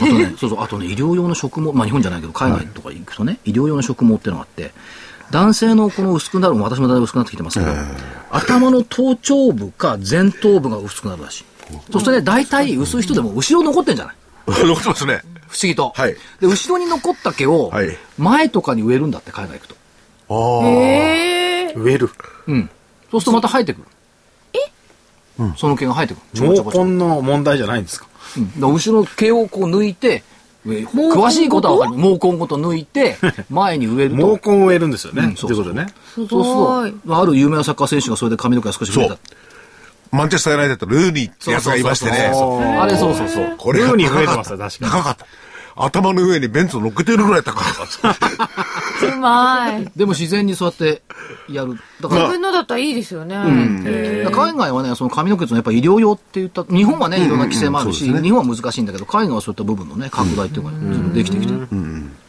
B: あとね、そうそう、あとね、医療用の食毛、まあ日本じゃないけど、海外とか行くとね、医療用の食毛っていうのがあって、男性のこの薄くなる、私もだいぶ薄くなってきてますけど、頭の頭頂部か前頭部が薄くなるらしい。そしてね、大体薄い人でも後ろ残ってんじゃない
D: 残ってますね。
B: 不思議と。
D: はい
B: で、後ろに残った毛を
D: はい、
B: 前とかに植えるんだって、海外行くと。
D: ああ。
C: 植える。
B: うん。そうするとまた生えてくる。えその毛が生えてくる。ちょこち
C: 毛
B: ょこちょこ
C: 根の問題じゃないんですか。
B: うん、だから後ろの毛をこう抜いて、上詳しいことはわかる。毛根ごと抜い て、前に植えると
C: 毛。根を植えるんですよ
B: う
C: ね
B: ん。そ
C: と
B: う
C: いうことでね。
A: す
B: そう
A: ご
B: す
A: い
B: ると、ある有名なサッカー選手がそれで髪の毛が少し増えた。
D: マンチェスターユナイテッド、ルーニーってやつがいましてね。
B: そうそうそうあれそうそうそう。
D: これが
C: ルーニー
D: 高
C: 増えて
D: かっ
C: ます
D: た
C: よ確かに
D: 高かった。頭の上にベンツを乗っけてるぐらい高かった。
A: うまい
B: でも自然にそうやってやる。だか
A: 自
B: ら、
A: 分のだったらいいですよね、
B: だから海外はね、その髪の毛っていうのはやっぱり医療用って言った、日本はね、いろんな規制もあるし、
D: そうですね
B: 日本は難しいんだけど、海外はそういった部分のね、拡大っていうのがね、そのできてきてるって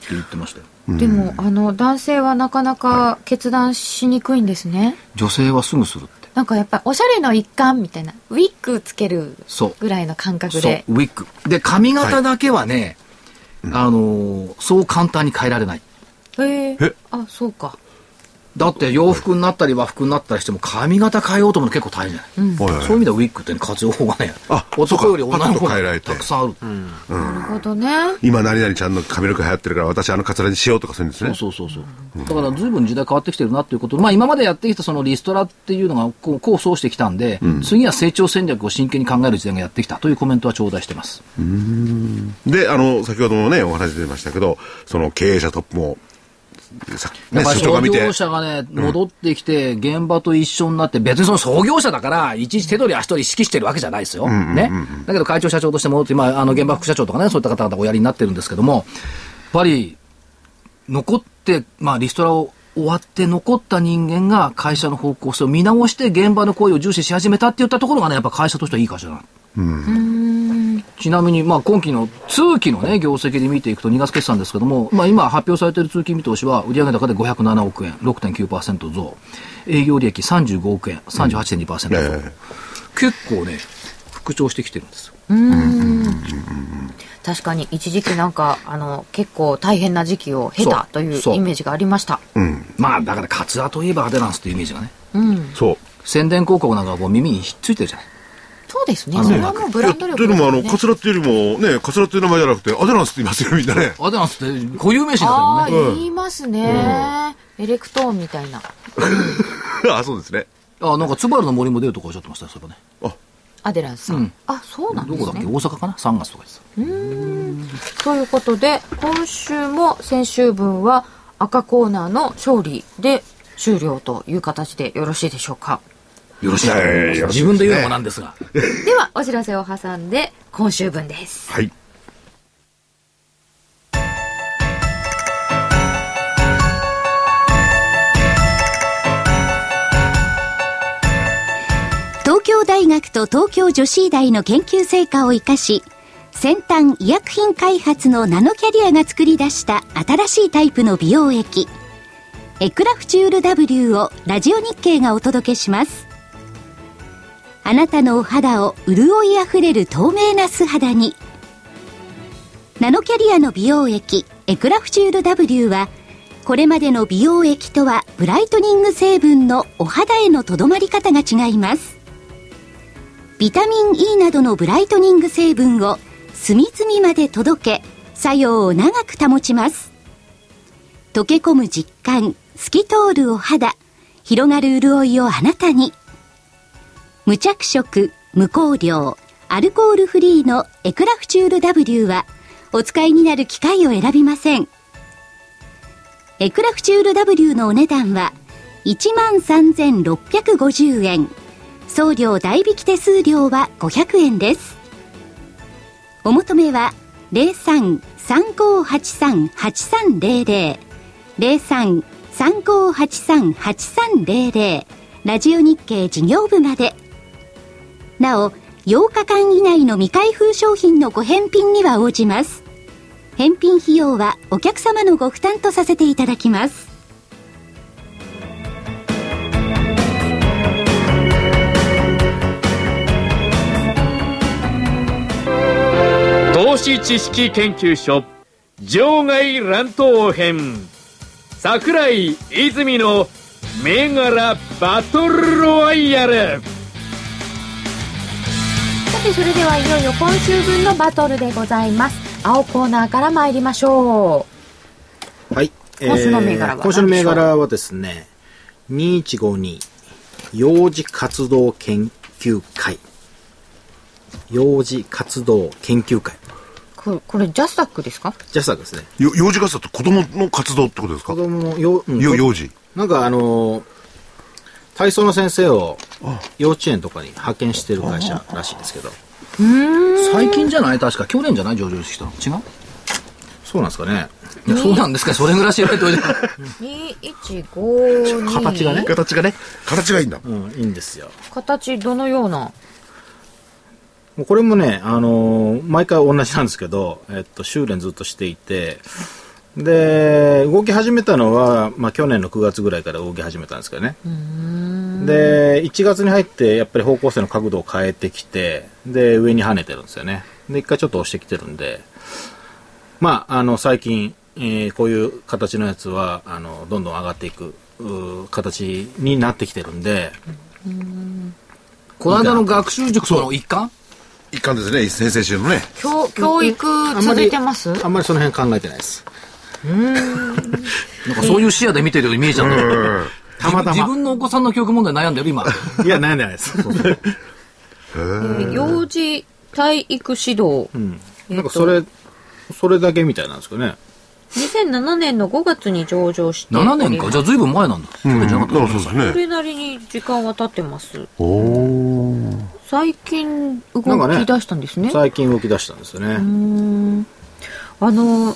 B: 言ってましたよ。
A: でもあの男性はなかなか決断しにくいんですね、
B: 女性はすぐするって。
A: なんかやっぱおしゃれの一環みたいなウィッグつける
B: そう
A: ぐらいの感覚
B: そう
A: で、
B: ウィッグ。で、髪型だけはね、あのー、そう簡単に変えられない。
A: へえ
D: え
A: あそうか
B: だって洋服になったり和服になったりしても髪型変えようと思うの結構大変じゃない、
D: はいはい
B: そういう意味ではウィッグってね活用法がね
D: あ
B: 男より女の
D: そう
B: 方
D: かパッと変えら
B: が
D: れて
B: たくさんある、
A: なるほどね
D: 今、何々ちゃんの髪の毛流行ってるから、私あのカツラにしようとかするんですね。
B: そうそうそうそうだから随分時代変わってきてるなっていうことまあ今までやってきたそのリストラっていうのがこう功を奏してきたんで、次は成長戦略を真剣に考える時代がやってきたというコメントは頂戴してます、
D: で、あの、先ほどもね、お話出てましたけど、その経営者トップも、さ
B: や
D: ね、
B: っぱり
D: 所長が
B: 創
D: 見て
B: 業、者がね、戻ってきて、現場と一緒になって、別にその創業者だから、いちいち手取り足取り指揮してるわけじゃないですよ。ね。だけど会長社長として戻って、まあ、あの、現場副社長とかね、そういった方々がおやりになってるんですけども、やっぱり、残って、まあ、リストラを終わって残った人間が会社の方向性を見直して、現場の声を重視し始めたって言ったところがね、やっぱ会社としてはいい会社だな。ちなみに、まあ、今期の通期のね、業績で見ていくと2月決算ですけども、まあ、今発表されている通期見通しは、売上高で507億円、6.9%増。営業利益35億円、38.2%増。
D: え
B: 結構ね、復調してきてるんですよ。
A: 確かに一時期なんかあの結構大変な時期を経たという
B: そう
A: イメージがありました
B: まあ、だから、カツラといえばアデランスというイメージがね。
D: えそう。
B: 宣伝広告なんかがこう耳にひっついてるじゃない。
A: そうですねそれはもうブランド
D: いや
A: 力で
D: で
A: す
D: も、
A: よ
D: あ
A: ね
D: の、カツラっていうよりも、ね、カツラっていう名前じゃなくて、アデランスって言いますよ、みんなね。
B: アデランスって固有名詞だけど
A: あ
B: ね
A: あ。ー言いますね、エレクトーンみたいな
D: あ、そうですね。
B: ああ、なんか、ツバルの森も出るとかおっしゃってましたよ、それね。
A: アデランスさん、
B: うん
A: あそうなん
B: ど
A: で
B: こ
A: す
B: だっけ
A: ね
B: 大阪かな ?3 月とかです。
A: ということで今週も先週分は赤コーナーの勝利で終了という形でよろしいでしょうか
B: よろしい
D: いやいやいや
B: 自分で言うのもなんですが。
A: ではお知らせを挟んで今週分です
D: はい。
E: 東京大学と東京女子医大の研究成果を生かし先端医薬品開発のナノキャリアが作り出した新しいタイプの美容液エクラフチュール W をラジオ日経がお届けしますあなたのお肌を潤いあふれる透明な素肌にナノキャリアの美容液エクラフチュール W はこれまでの美容液とはブライトニング成分のお肌へのとどまり方が違いますビタミン E などのブライトニング成分を隅々まで届け作用を長く保ちます溶け込む実感透き通るお肌広がる潤いをあなたに無着色無香料アルコールフリーのエクラフチュール W はお使いになる機会を選びませんエクラフチュール W のお値段は13,650円送料代引き手数料は500円ですお求めは03-3583-8300 03-3583-8300ラジオ日経事業部までなお8日間以内の未開封商品のご返品には応じます返品費用はお客様のご負担とさせていただきます
F: 投資知識研究所場外乱闘編桜井泉の銘柄バトルロワイヤル
A: さてそれではいよいよ今週分のバトルでございます青コーナーから参りましょ
C: はい。
A: 今週の銘柄は
C: えー今週の銘柄はですね、2152、幼児活動研究会。幼児活動研究会。
A: うここれジャスタックですか
C: ジャスタックですね。
D: よ幼児活動って子供の活動ってことですか
C: 子供の幼、うん
D: よ幼児。
C: なんかあのー体操の先生を幼稚園とかに派遣してる会社らしいんですけど、
B: 最近じゃない確か。去年じゃない上場してきたの。違う
C: そうなんですかね。
B: いや、そうなんですか。それぐらい知らないと。
A: 2152
C: 形がね
D: 形がね。形がいいんだ。
C: うん、いいんですよ。
A: 形どのような
C: もうこれもね、あのー毎回同じなんですけど、えっと、修練ずっとしていて、で、動き始めたのは、まあ、去年の9月ぐらいから動き始めたんですけどね。で、1月に入って、やっぱり方向性の角度を変えてきて、で、上に跳ねてるんですよね。で、一回ちょっと押してきてるんで、まあ、あの、最近、えーこういう形のやつは、あの、どんどん上がっていく、うー形になってきてるんで、
B: この間の学習塾の一環
D: 一貫ですね、先々週のね。
A: 教教育続いてます
C: あんまりその辺考えてないです。
B: なんかそういう視野で見てるように見えちゃうんだよ
D: うん
C: たまた
B: 自
C: ま。
B: 分のお子さんの教育問題悩んでる今。
C: いや、悩んでないです。
A: 幼児体育指導、
C: なんかそれ、それだけみたいなんですかね。
A: 2007年の5月に上場して
B: 7年か。じゃあ随分前なんだ。それじゃな
D: だ
B: か
D: か
B: った
D: らそうです
A: そ
D: ね。
A: れなりに時間は経ってます
D: おお。
A: 最近動
C: なんか
A: き
C: ね
A: 出したんですね
C: 最近動き出したんですよね。
A: あの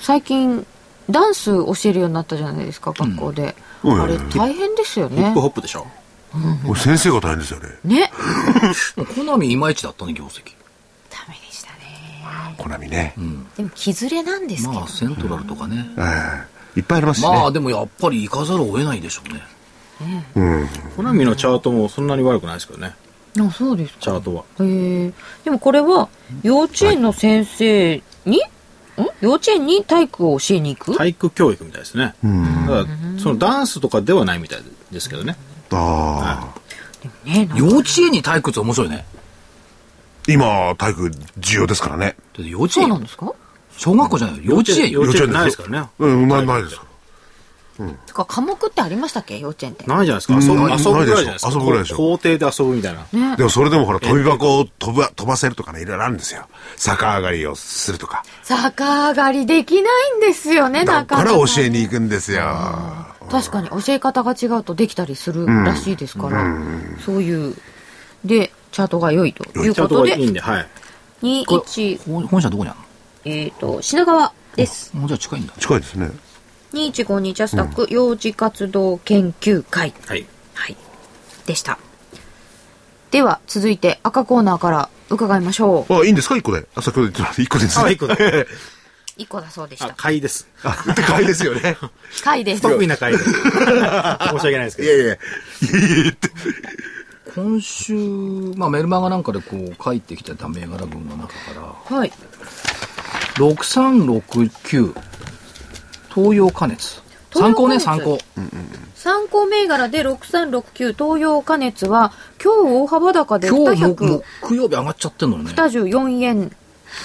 A: 最近ダンス教えるようになったじゃないですか学校で、
D: うん
A: あれ大変ですよね
C: ヒップホップでしょ。
D: これ先生が大変ですよね。
A: ね
B: もうコナミいまいちだったね、業績。
A: ダメでしたね
D: コナミね。
A: でも着ずれなんですけど、
B: まあ、セントラルとかね。
D: はいいっぱいありますしね。
B: まあ、でもやっぱり行かざるを得ないでしょうね。
D: うん。
C: コナミのチャートもそんなに悪くないですけどね。
A: あそうです
C: チャ
A: か
C: ートは。
A: へえでもこれは幼稚園の先生に、ん幼稚園に体育を教えに行く、
C: 体育教育みたいですね。だから、そのダンスとかではないみたいですけどね。
D: ああ。
A: ねなんか
B: 幼稚園に体育って面白いね。
D: 今、体育重要ですからね。
B: だって幼稚
A: そうなん
B: 園
A: ですか
B: 小学校じゃないよ。幼稚園
C: 幼
B: よ。
C: 稚園
D: よ
C: ないですからね
D: うん、ないないですか
A: てか科目ってありましたっけ幼稚園って
C: ないじゃないですか。遊ぶ遊ぶ
D: うん
C: ぐらいじゃないですか。
D: ないでしょ遊ぶぐらいでしょ
C: こう校庭で遊ぶみたいな。
D: ら。でもそれでもほら、飛び箱を飛ば飛ばせるとかね、いろいろあるんですよ。逆上がりをするとか。
A: 逆上がりできないんですよね
D: だ
A: なか
D: から
A: なか
D: 教えに行くんですよ。
A: 確かに教え方が違うとできたりするらしいですから、そういうでチャートが良いという
C: チャ
A: こ
C: ート
A: と
C: がいい
A: で
C: んで、はい。
A: 21
B: ほ本社どこにある
A: えっ、と品川です
B: のもうじゃあ近いんだ。
D: 近いですね。
A: 2152ジャスタック幼児活動研究会、
C: はい。
A: はいでしたでは続いて赤コーナーから伺いましょう
D: あ、いいんですか一個で。あ、先ほど言ってた一個ですね。
C: あ一個
D: で。
A: 1個だそうでし
C: あ
A: た、
C: 買いです。
D: あ、でかいですよね。
A: 回です
C: 得意な 買いです。申し訳ないですけ
D: い
C: ど
D: や。いや。いやいやって。
B: 今週、まあメルマガなんかでこう書いてきてた銘柄群の中から、
A: はい
B: 6369、東洋加熱。参考ね、
A: 東洋加
B: 参
A: 熱
B: 考。
A: 参考銘柄で6369東洋加熱は今日大幅高で
B: 今日も
A: 200
B: 木曜日上がっちゃってんのよね。
A: 24円、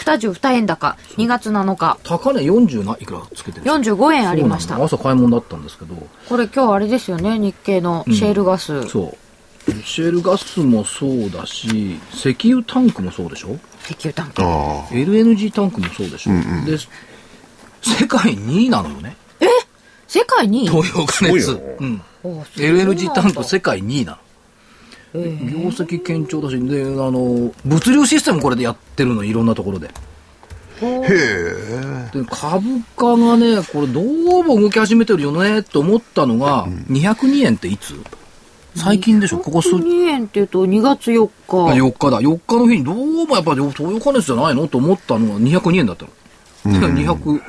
A: 22円高、2月7日、
B: 高値40ないくらつけてる
A: 45円ありまし
B: そう
A: た
B: な。の朝買い物だったんですけど、
A: これ今日あれですよね、日経のシェールガス。石
B: そう。シェールガスもそうだし、石油タンクもそうでしょ
A: 油タンク。
D: あ
B: ?LNG タンクもそうでしょ、で、世界2位なのよね。
A: 世界に
B: 東洋加熱。
D: すごいよ
B: うん。
A: おそうなんだ
B: LNG タンク世界2位なの。業績堅調だし、で、あの、物流システムこれでやってるの、いろんなところで。で株価がね、これどうも動き始めてるよねと思ったのが、202円っていつ最近でしょここ数日。
A: 2円っていうと2月4日
B: 4日だ。4日の日にどうもやっぱり東洋加熱じゃないのと思ったのが202円だったの。240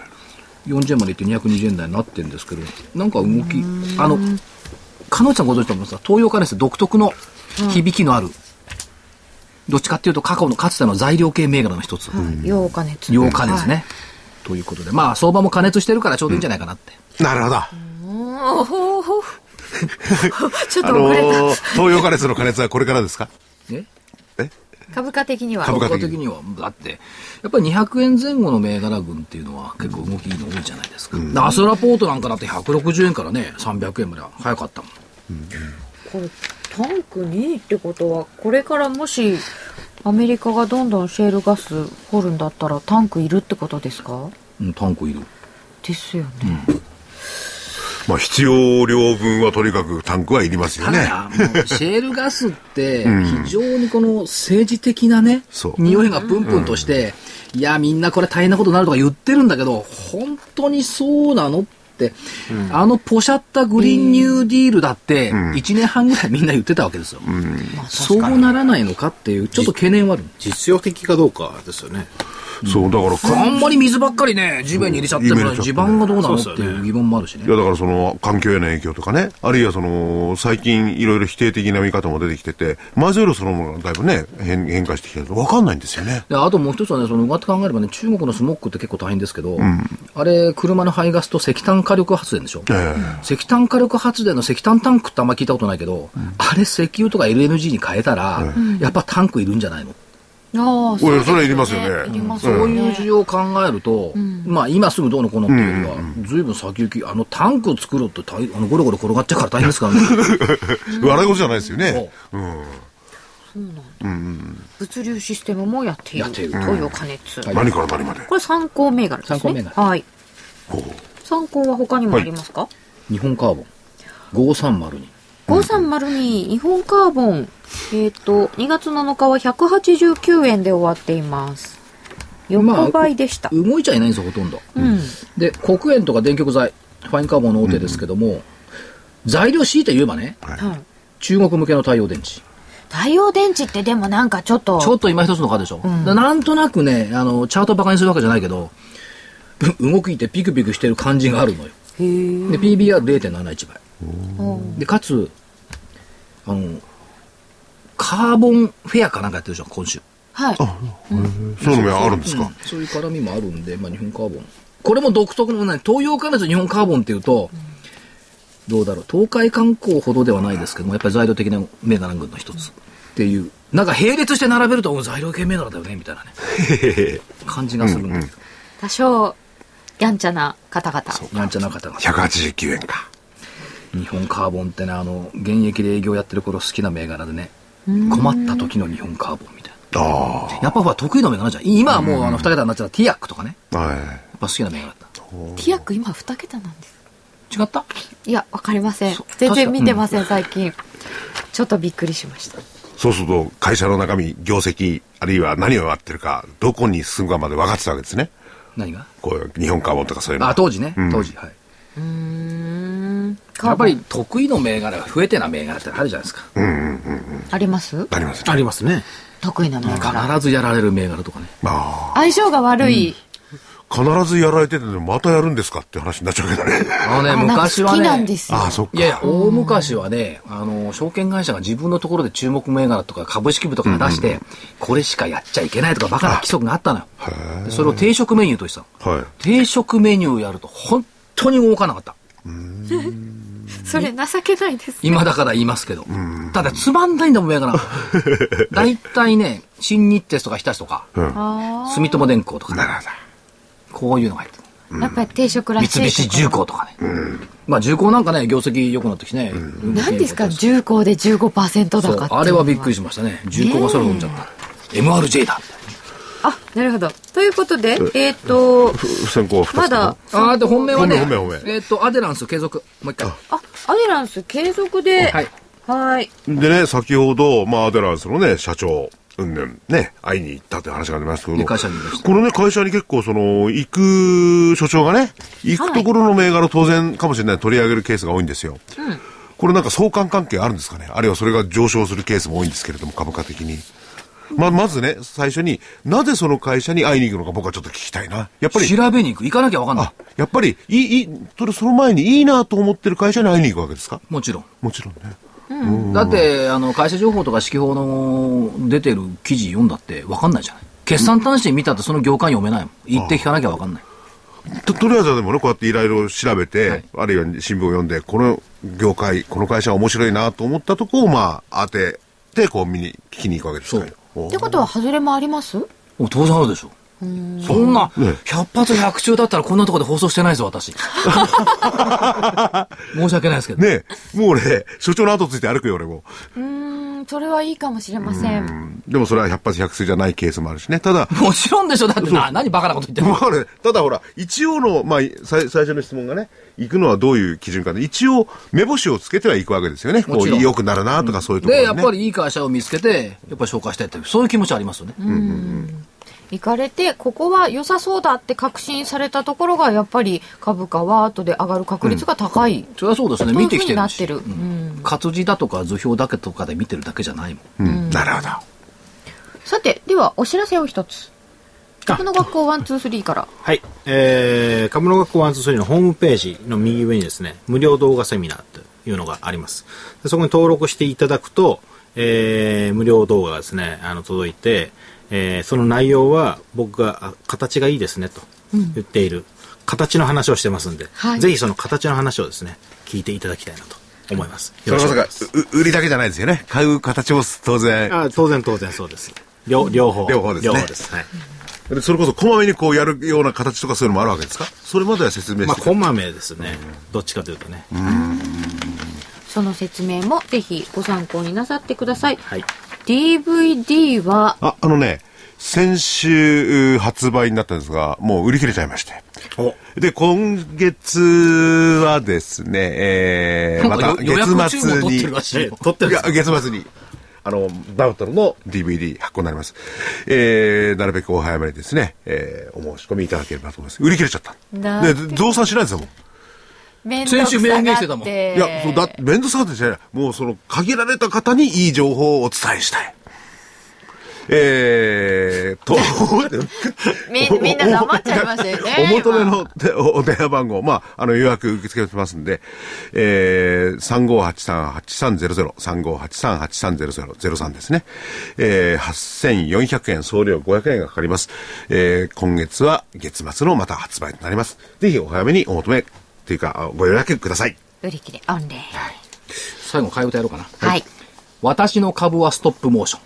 B: 円までいって220円台になってるんですけど、なんか動き、あの、彼女ちゃんご存知だと思いますが、東洋加熱独特の響きのある、どっちかっていうと過去のかつての材料系銘柄の一つ。
A: 8日熱
B: 8日ですね。ということで、まあ相場も加熱してるからちょうどいいんじゃないかなって。
D: なるほど。
A: はいおほほ ちょっ
D: あ
A: と遅
D: の
A: れた、
D: ー、東洋加熱の加熱はこれからですか
B: え
D: え
A: 株価的には
D: 株価的に
B: 的には、だって、やっぱり200円前後の銘柄群っていうのは結構動きいいの多いじゃないですか。でアスラポートなんかだって160円からね、300円まで早かったもん。
A: これタンク2位ってことはこれからもしアメリカがどんどんシェールガス掘るんだったらタンクいるってことですか
B: うん、タンクいる。
A: ですよね、
D: まあ、必要量分はとにかくタンクはいりますよ
B: た
D: ね。
B: だ、もうシェールガスって、非常にこの政治的なね、
D: そう
B: 匂いがプンプンとして、いや、みんなこれ大変なことになるとか言ってるんだけど、本当にそうなのって、あのポシャったグリーンニューディールだって、1年半ぐらいみんな言ってたわけですよ。そうならないのかっていう、ちょっと懸念はある。
C: 実用的かどうかですよね。
D: そう、だからか、
B: あんまり水ばっかりね、地面に入れちゃってるか
D: 入
B: ら、
D: れちゃって
B: 地
D: る
B: 盤がどうなのっていう疑問もあるし
D: いや
B: ね。
D: だからその環境への影響とかね、あるいはその最近いろいろ否定的な見方も出てきてて、埋蔵量そのものがだいぶね、変変化してきてると分かんないんですよね。
B: であともう一つはね、その、うがって考えればね、中国のスモックって結構大変ですけど、あれ、車の排ガスと石炭火力発電でしょ。
D: ええ
B: 石炭火力発電の石炭タンクってあんま聞いたことないけど、あれ石油とか LNG に変えたら、やっぱタンクいるんじゃないの、
A: ああ
D: おいそれはいりますよね
A: いります
B: そ
A: よ
B: う
A: ね
B: いう需要を考えると、まあ今すぐどうのこうのっていうよりは、ずいぶん先行き、あのタンク作るって大あのゴロゴロ転がっちゃうから大変ですからね。
D: 笑い事じゃないですよね。
A: 物流システムもやっている
B: やっている
A: 東洋加熱、
B: はい
D: 何から何まで。
A: これ参考銘柄ですね
B: 参考銘柄
A: はい参考は他にもありますか、
B: 日本カーボン、530に。
A: 5302日本カーボンえっ、と2月7日は189円で終わっています横ばいでした、
B: 動いちゃいないんですよ、ほとんど。
A: うん
B: で、黒煙とか電極材、ファインカーボンの大手ですけども、材料強いて言えばね、
A: はい
B: 中国向けの太陽電池。
A: 太陽電池ってでもなんかちょっと
B: ちょっと今一つの価でしょ、だなんとなくね、あの、チャートをバカにするわけじゃないけど、 ぶ動いてピクピクしてる感じがあるのよ。
A: へー
B: で、PBR0.71 倍。で、かつ、あの、カーボンフェアかなんかやってるじゃん、今週。
A: はい
D: そういうのもあるんです
B: う
D: か
B: ん。そういう絡みもあるんで、まあ、日本カーボンこれも独特のね東洋加熱日本カーボンっていうと、どうだろう東海観光ほどではないですけどもやっぱり材料的な銘柄群の一つっていうなんか並列して並べるとお材料系銘柄だよねみたいなね感じがするんだけど、
A: 多少やんちゃな方々
B: なんちゃな方が
D: 189円か。
B: 日本カーボンってねあの現役で営業やってる頃好きな銘柄でね困った時の日本カーボンみたい
D: あ
B: なやっぱほら得意の銘柄じゃん今はもうあの2桁になっちゃったティアックとかね
D: あ。は
B: やっぱ好きな銘柄だった
A: ティアック今2桁なんです
B: 違った
A: いやわかりません
B: そう
A: 全然
B: 確か
A: 見てません最近ちょっとびっくりしました
D: い。そうすると会社の中身、業績、あるいは何をやってるか、どこに進むかまで分かってたわけですね。
B: 何が
D: こういう日本カーボンとかそういうのは。
B: あ当時ね、
D: うん
B: 当時はい
A: うん
B: や
A: カー
B: っ
A: ボ
B: ぱ
A: ン
B: り得意の銘柄が増えてな銘柄ってあるじゃないですか。
A: あります
D: ありますね。
C: ありますね。
A: 得意な銘柄
B: 必ずやられる銘柄とかね。
D: あ
A: 相性が悪い、
D: あ。必ずやられてて、またやるんですかって話になっちゃうけどね。
B: あのね、
A: あなんか
B: 昔
A: 好
B: は
A: きなん
B: ね
A: で、すよ
D: ああ、そっか。
B: いやいや、大昔はね、あの、証券会社が自分のところで注目銘柄とか株式部とかが出して、これしかやっちゃいけないとかバカな規則があったのよ。でそれを定食メニューとしてたの。
D: はい。
B: 定食メニューをやると本当に動かなかった。
A: それ情けないです
B: 今だから言いますけど。ただつまんないんだもん、銘柄。 だいたいね、新日鉄とか日立とか、
A: あ
B: 住友電工とかね、
D: なるほど。
B: こういうのが入ってる。
A: ーやっぱり定食らしい
B: 三菱重工とかね。まあ重工なんかね、業績良くなってきてね。
A: 何ですか
B: そう
A: 重工で15%高って
B: あれはびっくり
A: し
B: しましたね。重工がそれを飲んじゃった。MRJ だ。
A: あ、なるほど。ということで、えっ、と、
D: ふ不戦後は2つ
A: ま
D: かな
A: だ、
B: あーで本命はね
D: 本命本命本
B: えっとアデランス継続もう一回
A: あ、アデランス継続で、
B: はい
A: はい。
D: でね、先ほど、まあ、アデランスのね、社長、うんぬん、ね、会いに行ったという話がありましたけ
B: ね
D: ど、
B: 会社に行きました
D: このね、会社に結構、その、行く所長がね、行くところの銘柄を当然かもしれない取り上げるケースが多いんですよ。これなんか相関関係あるんですかねあるいはそれが上昇するケースも多いんですけれども、株価的に。まあ、まずね、最初に、なぜその会社に会いに行くのか僕はちょっと聞きたいな。やっぱり、
B: 調べに行く行かなきゃ分かんない
D: あ、やっぱり、いい、いい、それその前にいいなと思ってる会社に会いに行くわけですか
B: もちろん
D: もちろんね。
B: だってあの会社情報とか指揮法の出てる記事読んだって分かんないじゃない決算単身見たってその業界読めないもん言って聞かなきゃ分かんない
D: ととりあえずはでもね、こうやっていろいろ調べて、
B: はい
D: あるいは新聞を読んで、この業界、この会社は面白いなと思ったとこを、まあ、当てて、こう見に、聞きに行くわけですから。お
A: ってことは、外れもあります
B: お当然あるでしょそんな
D: ね
B: 100発100中だったらこんなところで放送してないぞ 私申し訳ないですけど、
D: ねえ、もうね、所長の後ついて歩くよ、俺も。
A: うーん、それはいいかもしれません。
D: でもそれは百発百中じゃないケースもあるしね。ただ、
B: もちろんでしょだってな何バカなこと言ってんの
D: まあね、ただほら、一応の、まあ、最最初の質問がね、行くのはどういう基準かで、一応、目星をつけてはいくわけですよね。こ
B: もちろ
D: うん良くなるなとか、そういうところ、
B: で
D: ね
B: やっぱりいい会社を見つけてやっぱり紹介したいってそういう気持ちはありますよね、
A: 行かれて、ここは良さそうだって確信されたところが、やっぱり株価は後で上がる確率が高い。
B: それはそうですね
A: そういう
B: 見てきてるし
A: ふうになってる
B: うん活字だとか図表だけとかで見てるだけじゃないもん
D: うん、なるほど。
A: さて、では、お知らせを一つ。この学校ワンツースリーから。
C: はい。えー、株の学校ワンツースリーのホームページの右上にですね、無料動画セミナーというのがあります。でそこに登録していただくと、えー、無料動画がですね、あの、届いて、えー、その内容は僕が、あ形がいいですね、と言っている、形の話をしてますんで、
A: はい
C: ぜひその形の話をですね、聞いていただきたいなと思います。
D: それ
C: し
D: こ
C: く
D: そ
C: お願い
D: が
C: します、
D: う売りだけじゃないですよね。買う形も当然。
C: あ当然当然そうです。両両方。
D: 両方ですね
C: 両方です。はい。
D: でそれこそこまめにこうやるような形とかそういうのもあるわけですかそれまでは説明
C: ま
D: し
C: あ、
D: て、
C: こまめですね。どっちかというとね。
A: その説明もぜひご参考になさってください。
C: はい。
A: DVD は、
D: ああのね先週発売になったんですがもう売り切れちゃいまして
C: お
D: で今月はですねえー、また
B: 予約
D: 月
B: 注文
D: 末
B: 取っ
D: に
B: てるら しいよ
C: 撮ってるん
D: い
C: です
D: や
C: か
D: 月末にあのバウトルの DVD 発行になりますえー、なるべくお早めにですね、えー、お申し込みいただければと思います売り切れちゃった
A: な
D: で増産しないんですよもう
A: 面
B: 先週明言してたもん
D: いや、そうだ、面倒くさかったじゃない。もうその、限られた方にいい情報をお伝えしたい。えー、と、
A: みみんな黙っちゃいましたよね
D: お求めのでおお電話番号、まあ、あの予約受け付けてますんで、えー、3583-8300、3583-8300、03ですね。えー、8400円、送料500円がかかります。えー、今月は月末のまた発売となります。ぜひお早めにお求め、というか、ご予約ください。
A: 売り切れオンレイ。
B: 最後替え歌やろうかな
A: はい。
B: 私の株はストップモーション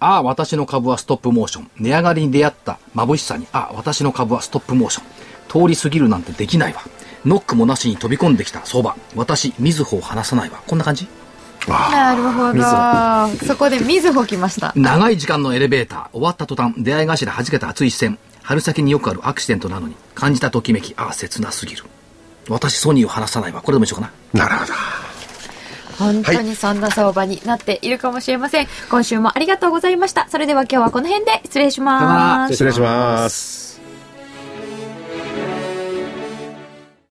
B: ああ私の株はストップモーション値上がりに出会った眩しさにああ私の株はストップモーション通り過ぎるなんてできないわノックもなしに飛び込んできた相場私みずほを離さないわこんな感じ
A: なるほど。そこでみずほ来ました。
B: 長い時間のエレベーター終わった途端出会い頭弾けた熱い視線春先によくあるアクシデントなのに感じたときめきああ切なすぎる私ソニーを離さないわこれでも一緒かな
D: なるほど。
A: 本当にそんな相場になっているかもしれません。今週もありがとうございました。それでは今日はこの辺で失礼し
B: さよな
A: ま
B: ら
A: す。
D: 失礼します。